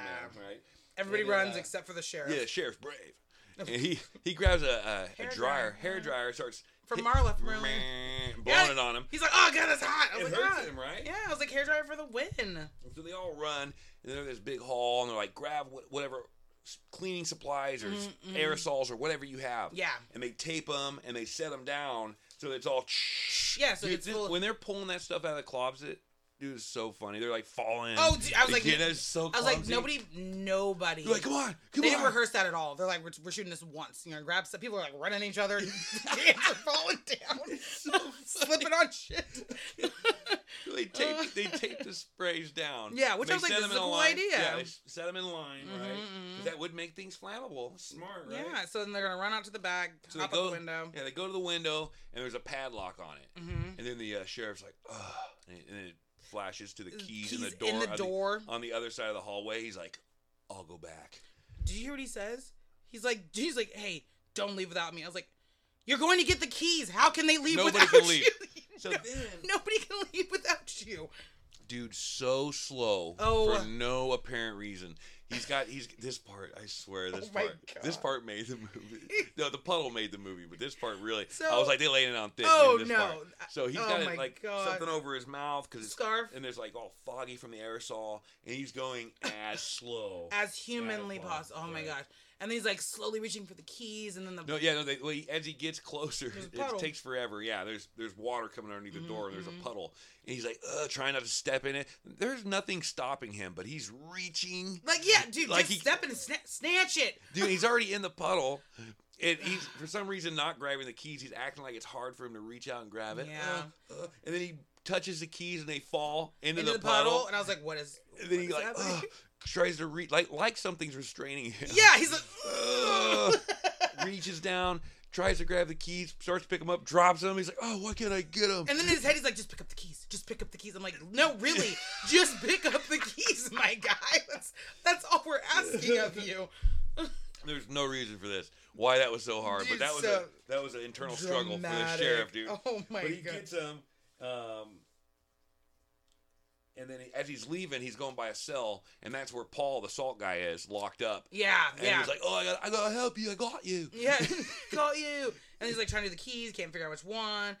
S1: right?
S2: Everybody
S1: And,
S2: runs
S1: uh,
S2: except for the sheriff.
S1: Yeah, sheriff's brave. And he he grabs a, a, a
S2: Hair
S1: dryer,
S2: dryer.
S1: hair dryer, starts
S2: From
S1: hit-
S2: Marla, from Maryland.
S1: blowing
S2: Yeah.
S1: it on him.
S2: He's like, oh god, it's hot. I
S1: It
S2: was like,
S1: hurts
S2: "Ah."
S1: him, right?
S2: Yeah, I was like, hair dryer for the win.
S1: So they all run, and they're in this big hall, and they're like, grab wh- whatever s- cleaning supplies or s-
S2: Mm, mm.
S1: aerosols or whatever you have.
S2: Yeah.
S1: And they tape them and they set them down so it's all.
S2: Yeah, so
S1: Dude,
S2: it's
S1: this-
S2: full.
S1: when they're pulling that stuff out of the closet, dude, it's so funny. They're like falling.
S2: Oh, dude, I was
S1: They
S2: like,
S1: get- it's so
S2: I was like,
S1: clumsy.
S2: nobody, nobody.
S1: They're like, come on, come
S2: they
S1: on.
S2: didn't rehearse that at all. They're like, we're, we're shooting this once. You know, grab stuff. People are like running at each other. *laughs* Hands are falling
S1: *laughs*
S2: down. *laughs* Slipping on shit.
S1: So they taped they taped the sprays down.
S2: Uh. Yeah, which
S1: They
S2: I was like,
S1: set them
S2: this is
S1: in
S2: a cool
S1: line.
S2: idea.
S1: Yeah, they s- set them in line,
S2: Mhm,
S1: right? 'Cause
S2: mhm.
S1: That would make things flammable. Smart, right?
S2: mm-hmm. Yeah, so then they're going to run out to the back,
S1: So
S2: hop
S1: they
S2: out
S1: go-
S2: the window.
S1: Yeah, they go to the window and there's a padlock on it,
S2: Mm-hmm.
S1: and then the uh, sheriff's like, ugh, and it, and it flashes to the keys, in the door.
S2: In the
S1: on,
S2: door.
S1: on the other side of the hallway. He's like, I'll go back.
S2: Did you hear what he says? He's like, he's like, hey, don't leave without me. I was like, you're going to get the keys. How can they leave
S1: Nobody
S2: without
S1: can leave.
S2: you? *laughs*
S1: So
S2: No-
S1: then,
S2: nobody can leave without you.
S1: dude, so slow
S2: Oh.
S1: for no apparent reason. He's got he's this part. I swear,
S2: *laughs*
S1: this
S2: Oh my
S1: part. This
S2: God.
S1: part made the
S2: *laughs*
S1: movie. No, the puddle made the movie, but this part really. I
S2: So-
S1: was like, they laying it on thick.
S2: Oh,
S1: dude, this
S2: no.
S1: part. So he's
S2: Oh,
S1: got
S2: my
S1: it like
S2: God.
S1: something over his mouth because it's
S2: Scarf
S1: and there's like all foggy from the aerosol, and he's going
S2: *coughs*
S1: as slow.
S2: as humanly
S1: Yeah,
S2: possible. Oh my
S1: right.
S2: gosh. And then he's like slowly reaching for the keys and then the
S1: No, yeah, no. They, well, he, as he gets closer,
S2: There's a
S1: it
S2: puddle.
S1: takes forever. Yeah, there's there's water coming underneath the door, and there's
S2: Mhm.
S1: a puddle, and he's like, Ugh, trying not to step in it. There's nothing stopping him, but he's reaching.
S2: Like yeah, dude,
S1: Like
S2: just
S1: he-
S2: step in and sna- snatch it.
S1: Dude, he's already in the puddle. And he's for some reason not grabbing the keys. He's acting like it's hard for him to reach out and grab it.
S2: Yeah.
S1: Uh, uh, and then he touches the keys and they fall into,
S2: Into the, puddle. and I was like, what is
S1: *laughs* And then
S2: what
S1: he
S2: is
S1: like,
S2: happening?
S1: "Ugh, tries to reach like like something's restraining him.
S2: Yeah, he's like,
S1: Ugh.
S2: *laughs*
S1: *laughs* reaches down, tries to grab the keys, starts to pick them up, drops them. He's like, "Oh, why can't I get them?"
S2: and then in his head he's like, just pick up the keys, just pick up the keys. I'm like, no,
S4: *laughs*
S2: really, just pick up the keys, my guy. That's that's all we're asking of you.
S1: There's no reason for this. Why that was so hard, but
S2: Dude,
S1: that was
S2: so
S1: a, that was an internal struggle for the sheriff, dude.
S2: Oh my
S4: but he
S2: god.
S4: gets him, um, and then he, as he's leaving, he's going by a cell,
S1: And that's where Paul, the salt guy, is locked up.
S2: yeah,
S1: And
S2: yeah.
S1: he's like, "Oh, I got, I gotta help you. I got you." *laughs*
S2: Yeah, call you. And he's like trying to do the keys, can't figure out which one.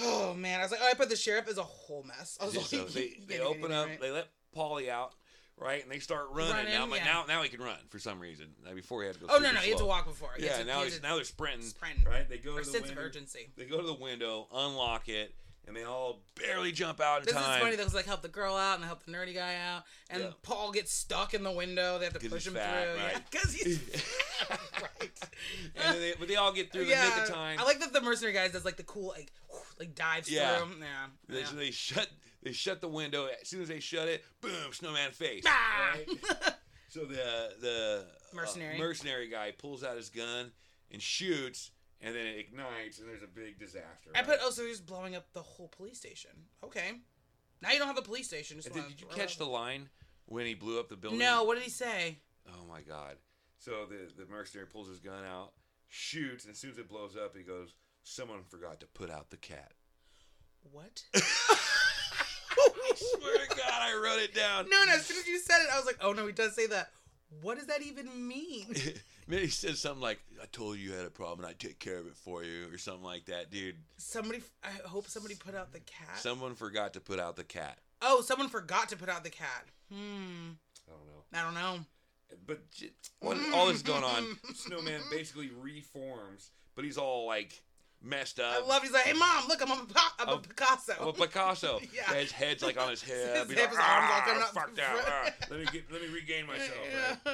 S2: Oh man, I was like, oh, I put the sheriff is a whole mess. *laughs* I was like,
S1: So they,
S2: you
S1: they
S2: can't do
S1: open
S2: anything,
S1: up,
S2: right?
S1: they let Paulie out, right? And they start running.
S2: Running,
S1: now, but
S2: yeah.
S1: now, now he can run for some reason. Now, before he had to go.
S2: Oh no,
S1: super
S2: no, you have to
S1: slow.
S2: walk before. You
S1: Yeah,
S2: have to-
S1: now
S2: you
S1: he's
S2: have to
S1: now they're sprinting,
S2: sprint.
S4: right? They go
S2: Or
S4: to the
S2: sense of
S4: window,
S2: urgency.
S1: They go to the window, unlock it, and they all barely jump out in
S2: This
S1: time.
S2: is funny though, 'cause, like help the girl out and they help the nerdy guy out, and
S1: Yeah.
S2: Paul gets stuck in the window. They have to
S1: 'Cause
S2: push
S1: he's
S2: him
S1: fat,
S2: through, yeah,
S1: right?
S2: because he's *laughs* right.
S1: *laughs* and then they, but they all get *laughs* through the nick of time.
S2: I like that the mercenary guy does like the cool like like dives
S1: Yeah.
S2: through. Yeah,
S1: they,
S2: yeah.
S1: so they shut they shut the window. As soon as they shut it, boom, snowman face.
S2: Ah! *laughs*
S1: right? so the the uh,
S2: Mercenary.
S1: mercenary guy pulls out his gun and shoots, and then it
S4: ignites, and there's a big disaster.
S2: I
S4: right?
S2: put oh, so he's blowing up the whole police station. Okay, now you don't have a police station. Just
S1: And did,
S2: wanna
S1: did you
S2: throw
S1: catch
S2: it
S1: the
S2: out.
S1: line when he blew up the building?
S2: No, what did he say?
S1: Oh my god.
S4: so the the mercenary pulls his gun out, shoots, and as soon as it blows up, he goes, "Someone forgot to put out the
S2: *laughs*
S4: cat."
S2: What?
S1: *laughs* I swear to God, I wrote it down.
S2: no, no. As soon as you said it, I was like, oh no, he does say that. What does that
S1: *laughs*
S2: even mean?
S1: Maybe he said something like, "I told you you had a problem, and I take care of it for you," or something like that, dude.
S2: Somebody, I hope somebody put out the cat.
S1: Someone forgot to put out the cat.
S2: oh, someone forgot to put out the cat. Hmm.
S4: I don't know,
S2: I don't know.
S4: but j-
S1: What, all this going on.
S4: Snowman basically reforms, but he's all like,
S1: Messed up.
S2: I love. He's like, hey mom, look, I'm a, Pica- I'm a
S1: Oh,
S2: Picasso.
S1: Well, Picasso.
S2: *laughs* Yeah.
S1: His head's like on his head.
S2: His
S1: He's like,
S2: hip, his arms all
S1: "Ah,
S2: coming up *laughs*
S1: Fuck
S2: in
S1: that.
S2: front."
S1: ah."
S4: "Let me get, let me regain myself." right?
S2: *laughs*
S1: oh,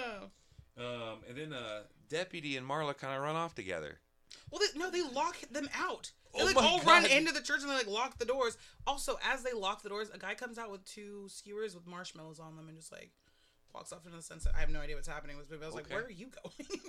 S2: Yeah.
S4: Um, and then uh,
S1: Deputy and Marla kind of run off together.
S2: Well, they, no, they lock them out. They
S1: Oh
S2: like
S1: my
S2: all run
S1: God.
S2: into the church and they like lock the doors. Also, as they lock the doors, a guy comes out with two skewers with marshmallows on them and just like walks off into the sunset. I have no idea what's happening with this movie. I was
S1: Okay.
S2: like, where are you *laughs* going?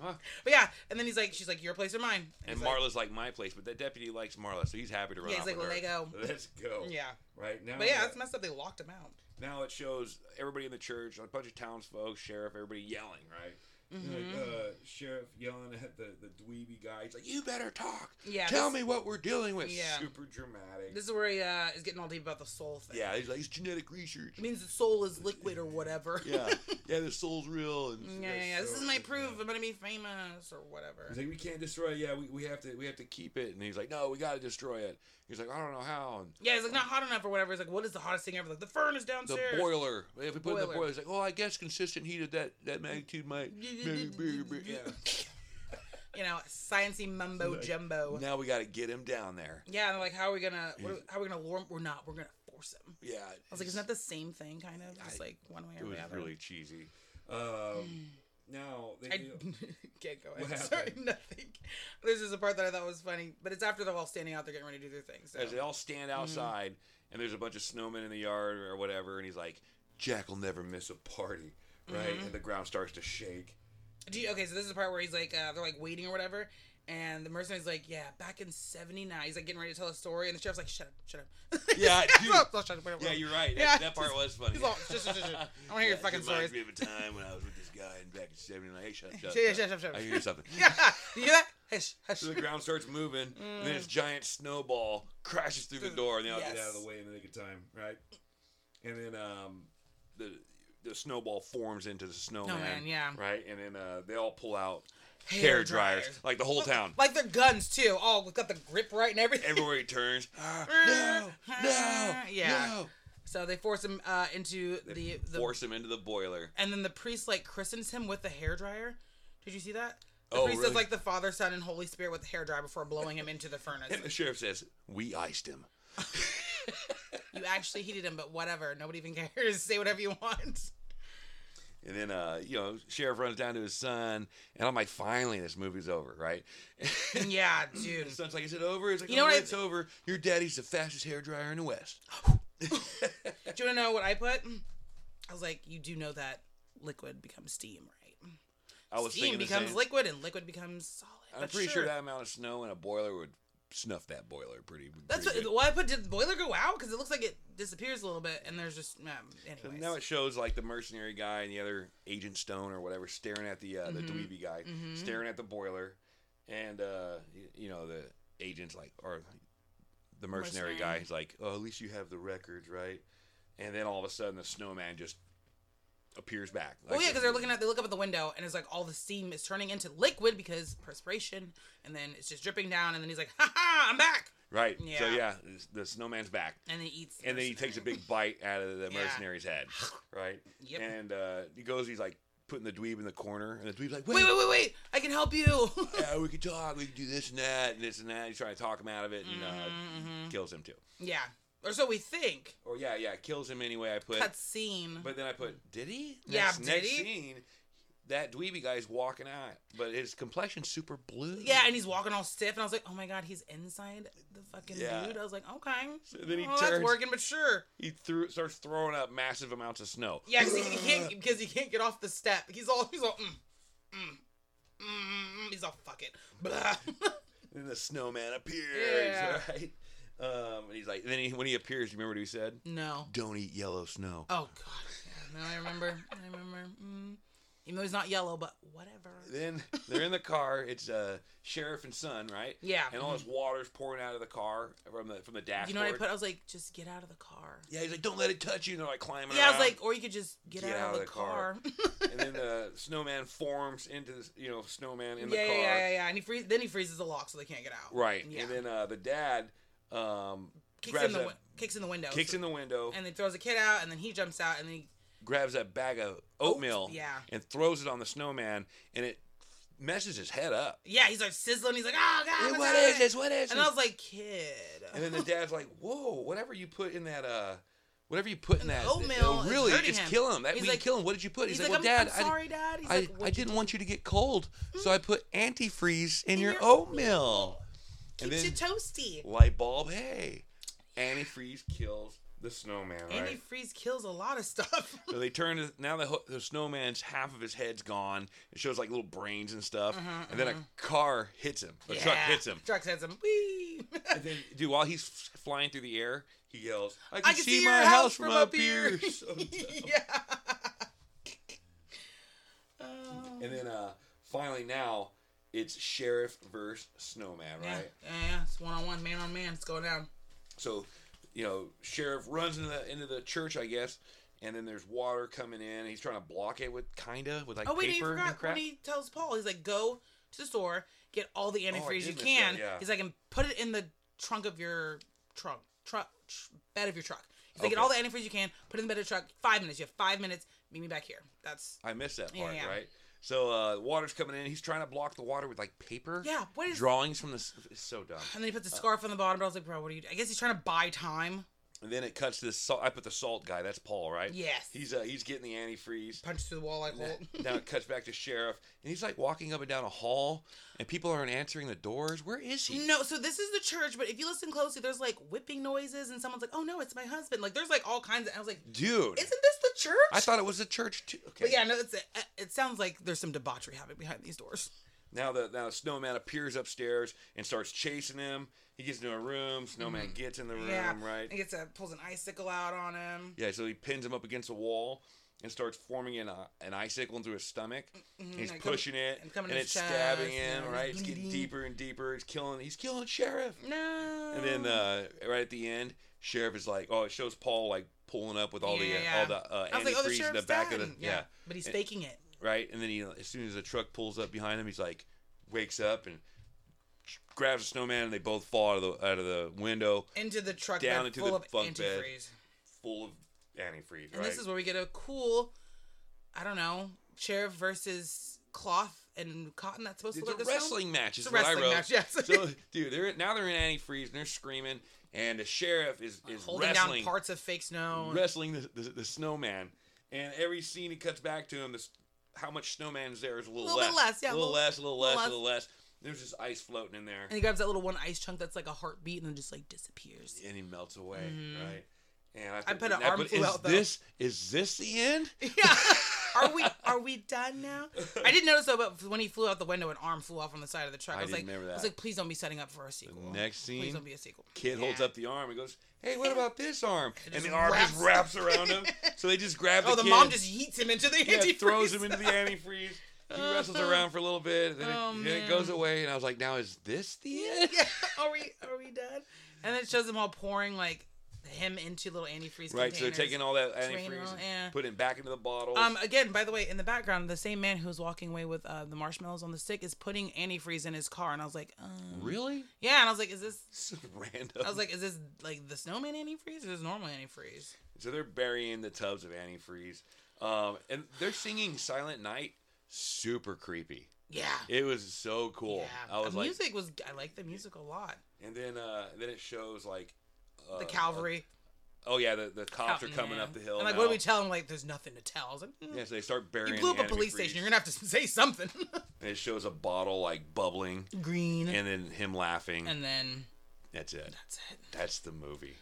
S1: Huh.
S2: but yeah, and then he's like, she's like, your place or mine.
S1: And
S2: he's
S1: Marla's like my place, but that deputy likes Marla, so he's happy to run
S2: like, yeah,
S1: off
S2: he's like
S1: with her. Oh.
S4: *laughs*
S2: Lego.
S4: let's go.
S2: Yeah,
S4: Right now,
S2: but yeah,
S4: uh,
S2: that's messed up. They locked him out.
S4: now it shows everybody in the church, a bunch of townsfolk, sheriff, everybody yelling, right?
S2: Mm-hmm.
S4: Like, uh, sheriff yelling at the, the dweeby guy. He's like,
S1: You better talk.
S2: Yeah,
S1: Tell
S2: this-
S1: me what we're dealing with.
S2: Yeah.
S4: super dramatic.
S2: This is where he uh, is getting all deep about the soul thing.
S1: Yeah, he's like, it's genetic research.
S2: *laughs* it means the soul is liquid or whatever. *laughs*
S1: yeah, yeah, the soul's real.
S2: yeah,
S1: And
S2: yeah. yeah. This
S4: So-
S2: is my proof. I'm gonna be famous or whatever.
S4: He's like, we can't destroy it. Yeah, we, we have to we have to keep it. And he's like, no, we got to destroy it. He's like, I don't know how. And
S2: Yeah, it's like not hot enough or whatever. It's like, what is the hottest thing ever? Like the furnace
S1: the
S2: downstairs.
S1: boiler. If we put in the
S2: Boiler.
S1: boiler, it's like, oh, I guess consistent heat of that, that magnitude might.
S2: *laughs* you
S1: yeah.
S2: know, sciency mumbo jumbo.
S1: Now we got to get him down there.
S2: Yeah, and they're like, how are we gonna, what are- how are we gonna lure him? We're not. We're gonna force him. I
S1: Yeah.
S2: was like, isn't that the same thing, kind of? Just
S1: I-
S2: like one way
S1: It
S2: or
S1: was
S2: the other.
S1: really cheesy.
S2: *sighs*
S4: Um, now they
S2: I
S4: do-
S2: *laughs* can't go
S4: What
S2: ahead. Sorry,
S4: happened?
S2: nothing. This is a part that I thought was funny, but it's after they're all standing out, they're getting ready to do their thing. So.
S1: As they all stand
S2: Mm-hmm.
S1: outside, and there's a bunch of snowmen in the yard or whatever, and he's like,
S4: Jack will never miss a party, right?
S2: Mm-hmm.
S4: And the ground starts to
S2: *laughs*
S4: shake.
S2: Do you, okay, so this is the part where he's like, uh, they're like waiting or whatever, and the mercenary's like, yeah, back in '79, he's like getting ready to tell a story, and the sheriff's like, shut up, shut up.
S1: Yeah,
S2: Shut
S1: dude.
S2: up, shut up, shut up.
S1: Yeah, you're right. That,
S2: Yeah,
S1: that part was funny.
S2: He's all, shut, shut, shut, shut. I want
S1: *laughs*
S2: to hear your
S1: That
S2: fucking
S1: reminds
S2: stories.
S1: me of a time when I was with this guy and back in '79. Hey, shut up,
S2: *laughs*
S1: shut up,
S2: Shut- shut- shut- shut-
S1: I hear something.
S2: Yeah, *laughs* you hear that? Hush, hush.
S1: So the ground starts moving, and then this giant snowball crashes through the door, and they all
S2: Yes.
S1: get
S4: Get out of the way in the nick of time, right? And then um,
S1: the the snowball forms into the snowman.
S2: No Oh, man, yeah.
S4: right, and then uh, they all pull out.
S1: Hair dryers,
S2: dryers.
S1: like the whole town.
S2: Like their guns too. Oh, we've got the grip right and everything.
S1: Everywhere he
S2: *laughs*
S1: turns, "Ah, no, no,
S2: Uh, Yeah.
S1: no.
S2: So they force him uh, into the the
S1: Force him into the boiler.
S2: and then the priest like christens him with the hair dryer. Did you see that? The
S1: Oh,
S2: priest
S1: really?
S2: does like the Father, Son, and Holy Spirit with the hair dryer before blowing him into the furnace.
S1: *laughs* And the sheriff says, "We iced him."
S2: you actually heated him, but whatever. Nobody even *laughs* cares. Say whatever you want.
S1: And then, uh, you know, sheriff runs down to his son, and I'm like, "Finally, this movie's over, right?"
S2: *laughs* Yeah, dude.
S1: His son's like, "Is it over?" It's like,
S2: You
S1: "You
S2: know
S1: know
S2: what I-
S1: It's over. Your daddy's the fastest hair dryer in the west."
S2: Do you want to know what I put? I was like, you do know that liquid becomes steam, right?
S1: I was
S2: steam
S1: thinking the
S2: becomes
S1: same.
S2: liquid and liquid becomes solid.
S1: I'm
S2: but
S1: pretty sure.
S2: sure
S1: that amount of snow in a boiler would snuff that boiler pretty.
S2: That's
S1: pretty
S2: what,
S1: good.
S2: why. But did the boiler go out? Because it looks like it disappears a little bit, and there's just um,
S1: And
S2: anyways.
S1: now it shows like the mercenary guy and the other Agent Stone or whatever staring at the uh, the
S2: Mhm.
S1: dweeby guy,
S2: Mhm.
S1: staring at the boiler, and uh, y- you know the agents like or the mercenary,
S2: Mercenary.
S1: guy. He's like, oh, at least you have the records, right? And then all of a sudden, the snowman just appears back.
S2: Oh yeah, because they're looking at they look up at the window and it's like all the steam is turning into liquid because perspiration, and then it's just dripping down, and then he's like, "Ha ha, I'm back!"
S1: right. So
S2: Yeah.
S1: yeah, this- the snowman's back.
S2: And then he eats. the
S1: and then he
S2: mercenary.
S1: takes a big bite out of the
S2: Yeah.
S1: mercenary's
S2: *sighs*
S1: head, right?
S2: Yep.
S1: And uh, he goes, he's like putting the dweeb in the corner, and the dweeb's like,
S2: Wait,
S1: "Wait,
S2: wait, wait, wait! I can help you. *laughs*
S1: yeah, we can talk, we can do this and that, and this and that." He's trying to talk him out of it, and
S2: Mhm,
S1: uh,
S2: mhm.
S1: kills him too.
S2: yeah, or so we think.
S1: Or yeah, yeah, kills him anyway. I put,
S2: Cut scene.
S1: but then I put, did he?
S2: Yeah,
S1: Next-
S2: did
S1: next
S2: he?
S1: Scene, that dweeby guy's walking out, but his complexion's super blue.
S2: yeah, and he's walking all stiff, and I was like, "Oh my god, he's inside the fucking
S1: Yeah.
S2: dude." I was like, "Okay."
S1: So then he
S2: oh, that's
S1: turns-
S2: working, but sure.
S1: he threw, starts throwing up massive amounts of snow.
S2: Yeah, because he can't because he can't get off the step. He's all he's all mm, mm, mm, mm. he's all fuck it. Blah. *laughs*
S1: And the snowman appears,
S2: Yeah.
S1: right? Um, and he's like, then he, when he appears, you remember what he said?
S2: no.
S1: Don't eat yellow snow.
S2: Oh god. Yeah, now I remember. I remember. Mm. Even though he's not yellow, but whatever.
S1: Then they're in the car. It's uh, sheriff and son, right?
S2: Yeah.
S1: And all this water's pouring out of the car from the from the dashboard.
S2: You know what I put? I was like, just get out of the car.
S1: Yeah, he's like, "Don't let it touch you." And they're like climbing.
S2: Yeah, I was
S1: around.
S2: like, *laughs* or you could just get, out, of the, car.
S1: and then the snowman forms into the you know snowman
S2: *laughs*
S1: in the
S2: yeah, yeah,
S1: car.
S2: yeah, yeah, yeah. And he freeze, then he freezes the lock so they can't get out.
S1: Right.
S2: Yeah.
S1: And then uh, the dad um,
S2: Kicks in
S1: grabs
S2: the
S1: that,
S2: win- kicks in the window.
S1: kicks in the window,
S2: and then throws a kid out, and then he jumps out, and then he oh,
S1: grabs that bag of oatmeal,
S2: yeah.
S1: and throws it on the snowman, and it messes his head up.
S2: yeah, he starts sizzling. He's like, oh god,
S1: Hey,
S2: what's
S1: what
S2: that?"
S1: is this? What is
S2: And
S1: this?
S2: I was like, kid.
S1: And
S2: *laughs*
S1: then the dad's like, "Whoa, whatever you put in that, uh, whatever you put in that,
S2: oatmeal
S1: it'll
S2: is
S1: really,
S2: hurting
S1: it's
S2: him."
S1: killing him. That
S2: He's
S1: we
S2: like-
S1: kill him. What did you put?"
S2: He's,
S1: He's,
S2: like,
S1: "Well,
S2: I'm,
S1: Dad,
S2: I'm sorry, Dad. He's
S1: I,
S2: like,
S1: I, I
S2: "What'd you
S1: didn't
S2: do?"
S1: want you to get cold, so I put antifreeze in,
S2: In
S1: your,
S2: your
S1: oatmeal." And
S2: Keeps
S1: then
S2: you toasty.
S1: light bulb, hey, antifreeze kills the snowman, right?
S2: Antifreeze kills a lot
S1: *laughs*
S2: of stuff.
S1: so they turn to, now the, ho- the snowman's half of his head's gone. It shows like little brains and stuff, and then a car hits him. A truck
S2: Mm-hmm, Yeah.
S1: hits him.
S2: Truck hits him. Whee! *laughs*
S1: And then, dude, while he's f- flying through the air, he yells, "I can,
S2: can
S1: see,
S2: see your
S1: my
S2: house
S1: house from up here!"
S2: *laughs*
S1: So dumb.
S2: yeah.
S1: *laughs*
S2: Oh.
S1: and then, uh, finally, now it's sheriff versus snowman,
S2: Yeah,
S1: right?
S2: yeah, yeah. It's one on one, man on man. It's going down.
S1: So, you know, sheriff runs into the into the church, I guess, and then there's water coming in. He's trying to block it with kinda with like
S2: Oh wait, he
S1: paper and
S2: forgot
S1: crap.
S2: when he tells Paul, he's like, "Go to the store, get all the antifreeze
S1: Oh, did
S2: you
S1: miss
S2: can."
S1: that, yeah.
S2: He's like, "And put it in the trunk of your trunk, truck, tr- bed of your truck." He's like, "Get
S1: Okay.
S2: all the antifreeze you can, put it in the bed of the truck. Five minutes. You have five minutes. Meet me back here." That's
S1: I missed that
S2: Yeah,
S1: part,
S2: yeah.
S1: right? So, uh, water's coming in. He's trying to block the water with like paper.
S2: yeah. What is?
S1: Drawings from the s- it's so dumb.
S2: and then he puts a scarf on the bottom. But I was like, "Bro, what are you?" do-" I guess he's trying to buy time.
S1: And then it cuts to the salt. I put the salt guy. That's Paul, right?
S2: Yes.
S1: He's uh, he's getting the antifreeze.
S2: Punch through the wall like Holt.
S1: *laughs* now it cuts back to sheriff, and he's like walking up and down a hall, and people aren't answering the doors. Where is he?
S2: No, so this is the church, but if you listen closely, there's like whipping noises, and someone's like, "Oh no, it's my husband!" Like there's like all kinds of. I was like,
S1: Dude,
S2: "Isn't this the church?"
S1: I thought it was a church too. Okay.
S2: But yeah, no, it's uh, it sounds like there's some debauchery happening behind these doors.
S1: Now the now the snowman appears upstairs and starts chasing him. He gets into a room. Snowman
S2: Mm-hmm.
S1: gets in the room,
S2: He
S1: right?
S2: gets a pulls an icicle out on him.
S1: Yeah. So he pins him up against a wall and starts forming an uh, an icicle into his stomach.
S2: Mhm,
S1: He's
S2: and it
S1: pushing it
S2: and
S1: and,
S2: coming in
S1: it's
S2: his
S1: stabbing
S2: chest,
S1: him,
S2: and he's
S1: right? It's getting
S2: bleeding.
S1: deeper and deeper. He's killing. He's killing sheriff.
S2: comes- No.
S1: And then uh, right at the end, sheriff is like, "Oh, it shows Paul like pulling up with all
S2: Yeah,
S1: the
S2: yeah.
S1: all the uh,
S2: I was like, "Oh, the
S1: antifreeze in the
S2: sheriff's
S1: back
S2: dead.
S1: of the yeah.
S2: but he's
S1: And-
S2: faking it.
S1: right." And then he, as soon as the truck pulls up behind him, he's like, wakes up and grabs the snowman, and they both fall out of the out of the window,
S2: Into the truck
S1: Down
S2: bed
S1: into
S2: full
S1: the
S2: of
S1: bunk
S2: antifreeze.
S1: bed, full of antifreeze.
S2: And
S1: right?
S2: this is where we get a cool, I don't know, sheriff versus cloth and cotton. That's supposed
S1: it's
S2: to look
S1: a
S2: like a stone?
S1: wrestling match. Is
S2: It's a
S1: what I
S2: wrestling
S1: wrote.
S2: match. Yes.
S1: so, dude, they're now they're in antifreeze and they're screaming, and the sheriff is is
S2: Holding
S1: wrestling
S2: down parts of fake snow.
S1: wrestling the, the, the snowman, and every scene he cuts back to him, this how much snowman's there is a little,
S2: Little bit
S1: less,
S2: less, yeah,
S1: a little,
S2: little-
S1: less, a little less,
S2: less.
S1: a little less. There's just ice floating in there,
S2: and he grabs that little one ice chunk that's like a heartbeat, and then just like disappears.
S1: and he melts away,
S2: Mhm.
S1: right? And I,
S2: I put an
S1: I
S2: armful
S1: is
S2: out, though.
S1: this is this the end?
S2: Yeah. Are we are we done now? I didn't notice though, but when he flew out the window, an arm flew off on the side of the truck.
S1: I
S2: I, was
S1: didn't
S2: like,
S1: remember
S2: I was
S1: that.
S2: like, please don't be setting up for a sequel.
S1: Next
S2: *laughs* please
S1: scene,
S2: don't be a sequel.
S1: Kid holds
S2: Yeah.
S1: up the arm and goes, "Hey, what about this arm?" And
S2: just
S1: the arm just
S2: wraps-
S1: wraps
S2: *laughs*
S1: around him. So they just grab the
S2: Oh, the
S1: kid,
S2: mom just yeets him into the *laughs*
S1: yeah,
S2: antifreeze.
S1: throws him into the antifreeze.
S2: *laughs*
S1: He wrestles around for a little bit, then,
S2: Uh-huh. Oh,
S1: it, then it
S2: man.
S1: goes away, and I was like, "Now is this the
S2: yeah.
S1: end?"
S2: yeah. Are we are we done? And then it shows them all pouring like him into little antifreeze.
S1: Right, so they're
S2: containers.
S1: taking all that
S2: Drain it
S1: antifreeze,
S2: all,
S1: and
S2: yeah.
S1: putting it back into the bottle.
S2: Um, again, by the way, in the background, the same man who's walking away with uh, the marshmallows on the stick is putting antifreeze in his car, and I was like, um,
S1: *laughs* really?
S2: Yeah, and I was like, is this?
S1: So random.
S2: I was like, is this like the snowman antifreeze or is normal antifreeze?
S1: So they're burying the tubs of antifreeze. Um, and they're singing Silent Night. Super creepy.
S2: Yeah.
S1: It was so cool.
S2: Yeah.
S1: I was
S2: the
S1: like,
S2: music was. I like the music a lot.
S1: and then uh, then it shows like uh,
S2: The Calvary.
S1: oh yeah, the, the cops are
S2: Fountain
S1: coming
S2: Man.
S1: up the hill.
S2: And like,
S1: now.
S2: what do we tell him? Like, there's nothing to tell. I was like, mm.
S1: Yeah, so they start burying.
S2: you blew up
S1: the
S2: a police
S1: antifreeze,
S2: station. You're gonna have to *laughs* say something.
S1: And it shows a bottle like bubbling,
S2: Green. And,
S1: and then him laughing.
S2: then
S1: That's it.
S2: that's it.
S1: That's the movie.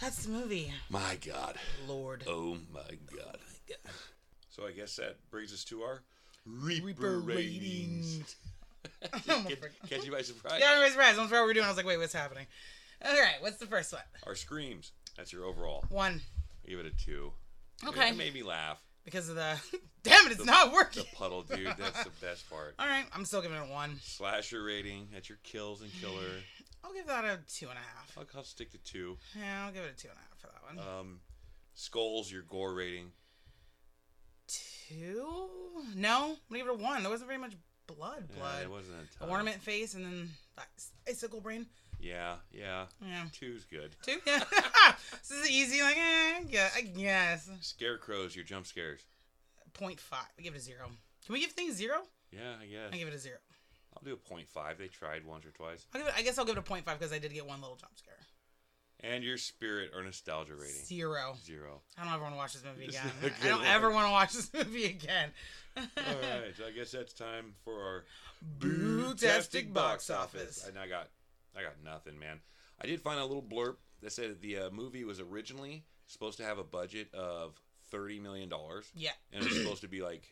S2: That's the movie.
S1: My God.
S2: Lord. *laughs*
S1: Oh my God. So I guess that brings us to our Reaper, ratings. Oh
S2: I'm
S1: Catch- Catch you by surprise.
S2: Oh yeah, I'm surprised. I'm surprised what we're doing. I was like, wait, what's happening? All right, what's the first one?
S1: Our screams. That's your overall.
S2: One.
S1: Give it a two.
S2: Okay.
S1: It made me laugh.
S2: Because of the. *laughs* Damn it, it's not working.
S1: The puddle, dude. That's the best part.
S2: All right, I'm still giving it a one.
S1: Slasher rating. That's your kills and killer.
S2: I'll give that a two and a half.
S1: I'll, I'll stick to two.
S2: Yeah, I'll give it a two and a half for that one.
S1: Um, skulls. Your gore rating.
S2: two? No, I'm gonna give it a one. There wasn't very much blood.
S1: Yeah, uh,
S2: Blood.
S1: it wasn't a
S2: a
S1: ton.
S2: ornament face and then that icicle brain.
S1: Yeah, yeah.
S2: Yeah. *laughs*
S1: Two's good.
S2: Two. Yeah. this is easy. Like, eh, yeah, I guess.
S1: Scarecrows. Your jump scares.
S2: Point five. I give it a zero. Can we give things zero?
S1: Yeah, I
S2: I
S1: guess.
S2: give it a zero.
S1: I'll do a point five. They tried once or twice.
S2: I'll give it, I guess I'll give it a point five because I did get one little jump scare.
S1: And your spirit or nostalgia rating.
S2: Zero. *laughs*
S1: Zero.
S2: I don't ever want to watch
S1: *laughs*
S2: this movie
S1: It's
S2: again.
S1: not
S2: I
S1: good
S2: don't
S1: one.
S2: ever want to watch this *laughs* movie again.
S1: All
S2: *laughs*
S1: right, so I guess that's time for our
S2: Bootastic box office.
S1: And I got, I got nothing, man. I did find a little blurb that said that the uh, movie was originally supposed to have a budget of thirty million dollars,
S2: Yeah.
S1: and it was supposed to be like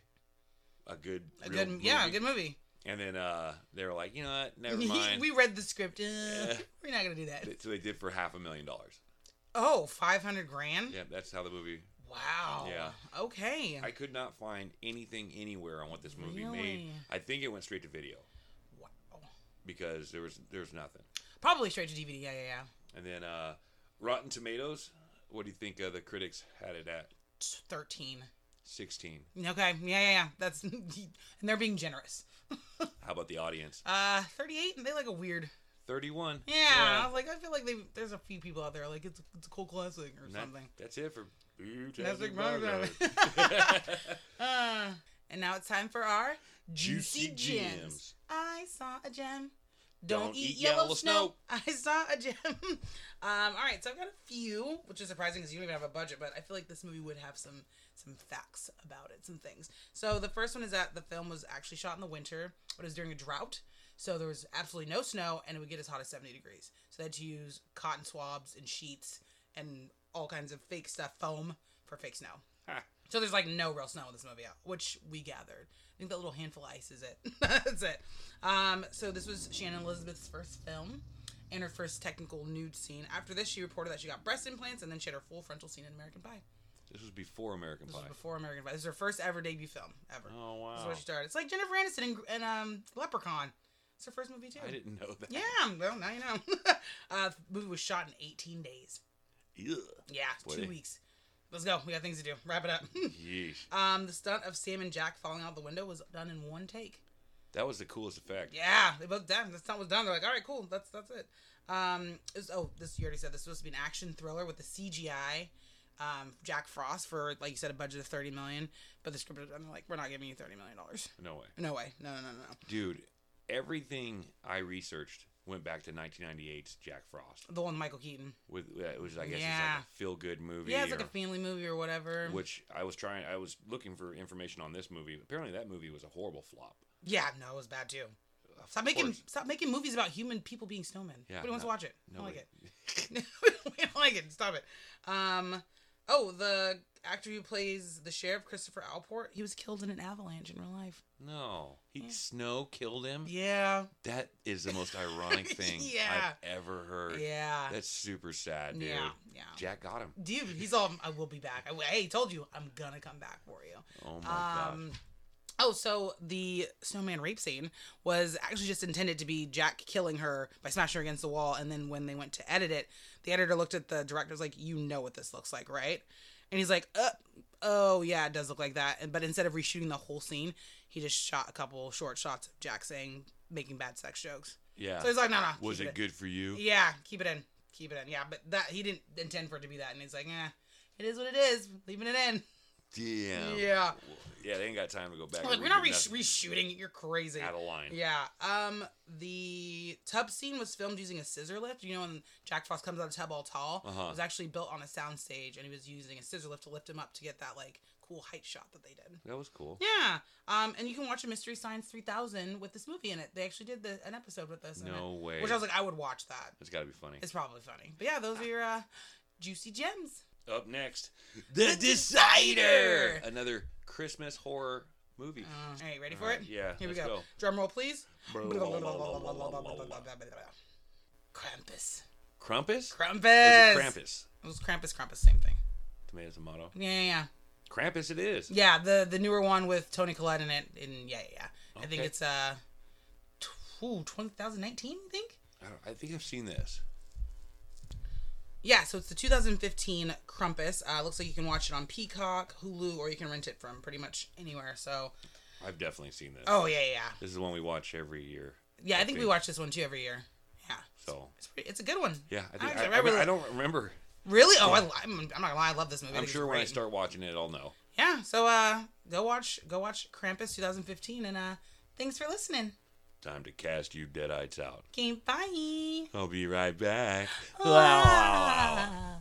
S1: a good,
S2: A
S1: real
S2: good, yeah, a
S1: movie.
S2: good movie.
S1: And then uh, they were like, you know what? Never mind.
S2: *laughs* we read the script. Uh,
S1: Yeah.
S2: *laughs* We're not gonna do that.
S1: so they did for half a million dollars.
S2: Oh, 500 grand?
S1: Yeah, that's how the movie.
S2: Wow.
S1: Yeah.
S2: Okay.
S1: I could not find anything anywhere on what this movie made.
S2: Really?
S1: I think it went straight to video
S2: wow.
S1: because there was there was nothing.
S2: Probably straight to DVD. Yeah, yeah, yeah.
S1: And then uh, Rotten Tomatoes, what do you think uh, the critics had it at?
S2: T- 13.
S1: 16.
S2: Okay. Yeah, yeah, yeah. That's *laughs* and they're being generous.
S1: How about the audience?
S2: Uh, 38. and They like a weird.
S1: 31.
S2: Yeah. I was like, I feel like they, there's a few people out there like it's, it's a cool classic or
S1: And that-
S2: something.
S1: That's it for Boo
S2: That's
S1: Tastic
S2: like my
S1: Burger.
S2: brother.
S1: *laughs*
S2: uh, and now it's time for our
S1: Juicy
S2: *laughs* juicy, gems.
S1: Gems.
S2: I saw a gem.
S1: Don't
S2: Don't,
S1: eat
S2: eat, yellow,
S1: yellow
S2: snow. *laughs* I saw a gem. um, all right, so I've got a few, which is surprising because you don't even have a budget, but I feel like this movie would have some some facts about it, some things. So the first one is that the film was actually shot in the winter, but it was during a drought. So there was absolutely no snow, and it would get as hot as 70 degrees. So they had to use cotton swabs and sheets and all kinds of fake stuff, foam for fake snow.
S1: Ha.
S2: So there's like no real snow in this movie, which we gathered. I think that little handful of ice is it. *laughs* That's it. Um, so this was Shannon Elizabeth's first film and her first technical nude scene. After this, she reported that she got breast implants and then she had her full frontal scene in American Pie.
S1: This was before American
S2: This
S1: Pie.
S2: was before American Pie. This is her first ever debut film ever.
S1: oh,
S2: This is where
S1: wow.
S2: she started. It's like Jennifer Aniston and, and um, Leprechaun. It's her first movie too.
S1: I didn't know that.
S2: Yeah, well now you know. *laughs* uh, the movie was shot in 18 days.
S1: Yeah.
S2: Yeah,
S1: Boy.
S2: two weeks. Let's go. We got things to do. Wrap it up. *laughs*
S1: Yeesh.
S2: Um, the stunt of Sam and Jack falling out the window was done in one take.
S1: That was the coolest effect.
S2: Yeah, they both done. The stunt was done. They're like, all right, cool. That's that's it. Um, it was- oh, this you already said. This was supposed to be an action thriller with the CGI. Um, Jack Frost for like you said a budget of thirty million, but the script I'm like, we're not giving you thirty million dollars.
S1: No way.
S2: No way. No, no, no, no.
S1: Dude, everything I researched went back to 1998's Jack Frost.
S2: The one with Michael Keaton.
S1: With uh, It was, I guess, it's
S2: Yeah.
S1: like a feel good movie.
S2: Yeah, it's like
S1: or-
S2: a family movie or whatever.
S1: which I was trying, I was looking for information on this movie. Apparently, that movie was a horrible flop.
S2: yeah, no, it was bad too.
S1: of
S2: Stop making
S1: course.
S2: stop making movies about human people being snowmen.
S1: Yeah,
S2: Nobody wants
S1: no-
S2: to watch it. I don't
S1: nobody-
S2: like it. *laughs* we don't like it. Stop it. Um. Oh, the actor who plays the sheriff, Christopher Alport, he was killed in an avalanche in real life.
S1: No, he
S2: Yeah.
S1: snow killed him.
S2: Yeah.
S1: That is the most
S2: *laughs*
S1: ironic thing
S2: Yeah.
S1: I've ever heard.
S2: Yeah.
S1: That's super sad, dude.
S2: Yeah. Yeah.
S1: Jack got him.
S2: Dude, he's all. I will be back. I, hey, told you, I'm gonna come back for you.
S1: Oh my
S2: Um, oh, so the snowman rape scene was actually just intended to be Jack killing her by smashing her against the wall, and then when they went to edit it, the editor looked at the director's like, "You know what this looks like, right?" And he's like, "Uh, oh yeah, it does look like that." And but instead of reshooting the whole scene, he just shot a couple short shots of Jack saying making bad sex jokes.
S1: gosh.
S2: So
S1: Yeah.
S2: he's like, "No, no."
S1: Was
S2: keep
S1: it good for you?
S2: Yeah, keep it in, keep it in. Yeah, but that he didn't intend for it to be that, and he's like, "Yeah, it is what it is, leaving it in."
S1: Damn.
S2: *laughs* yeah.
S4: Yeah, they ain't got time to go back.
S2: Like,
S4: and
S2: we're not
S4: redo nothing.
S2: re- reshooting it. You're crazy.
S4: out of line.
S2: Yeah. Um. The tub scene was filmed using a scissor lift. You know, when Jack Frost comes out of the tub all tall,
S1: Uh-huh.
S2: it was actually built on a soundstage, and he was using a scissor lift to lift him up to get that like cool height shot that they did.
S1: That was cool.
S2: Yeah. Um. And you can watch a Mystery Science 3000 with this movie in it. They actually did the, an episode with this. in it,
S1: No way.
S2: Which I was like, I would watch that.
S1: It's got to be funny.
S2: It's probably funny. But yeah, those are your uh, juicy gems.
S1: Up
S2: *laughs*
S1: next, The Decider, another Christmas horror movie.
S2: Uh, all right, ready for
S1: Alright,
S2: it?
S1: Yeah.
S2: Here we
S1: let's
S2: go. Drum roll, please. Krampus.
S1: Krampus?
S2: Krampus.
S1: Or is it Krampus.
S2: It was Krampus, Krampus, same thing.
S1: Tomato, tomato.
S2: Yeah, yeah, yeah.
S1: Krampus it is.
S2: Yeah, the the newer one with Tony Collette in it, and yeah, yeah, yeah. I think
S1: Okay.
S2: it's uh, t- ooh, 2019, I think.
S1: I, don't, I think I've seen this.
S2: Yeah, so it's the 2015 Krampus. Uh, looks like you can watch it on Peacock, Hulu, or you can rent it from pretty much anywhere. So,
S1: I've definitely seen this.
S2: oh yeah, yeah, yeah.
S1: This is one we watch every year.
S2: yeah. I think we
S1: think-
S2: watch this one too every year. Yeah,
S1: So,
S2: it's pretty, it's a good one.
S1: yeah, I think
S2: I-
S1: I,
S2: I
S1: I-
S2: really-
S1: I don't remember.
S2: Really? Oh, I, li- I'm, I'm not gonna lie, I love this movie.
S1: I'm
S2: think it's
S1: sure when I
S2: great.
S1: start watching it, I'll know.
S2: Yeah, so uh, go watch go watch Krampus 2015, and uh, thanks for listening.
S1: Time to cast you deadites out.
S2: Okay, bye. *laughs*
S1: I'll be right back.
S2: Bye.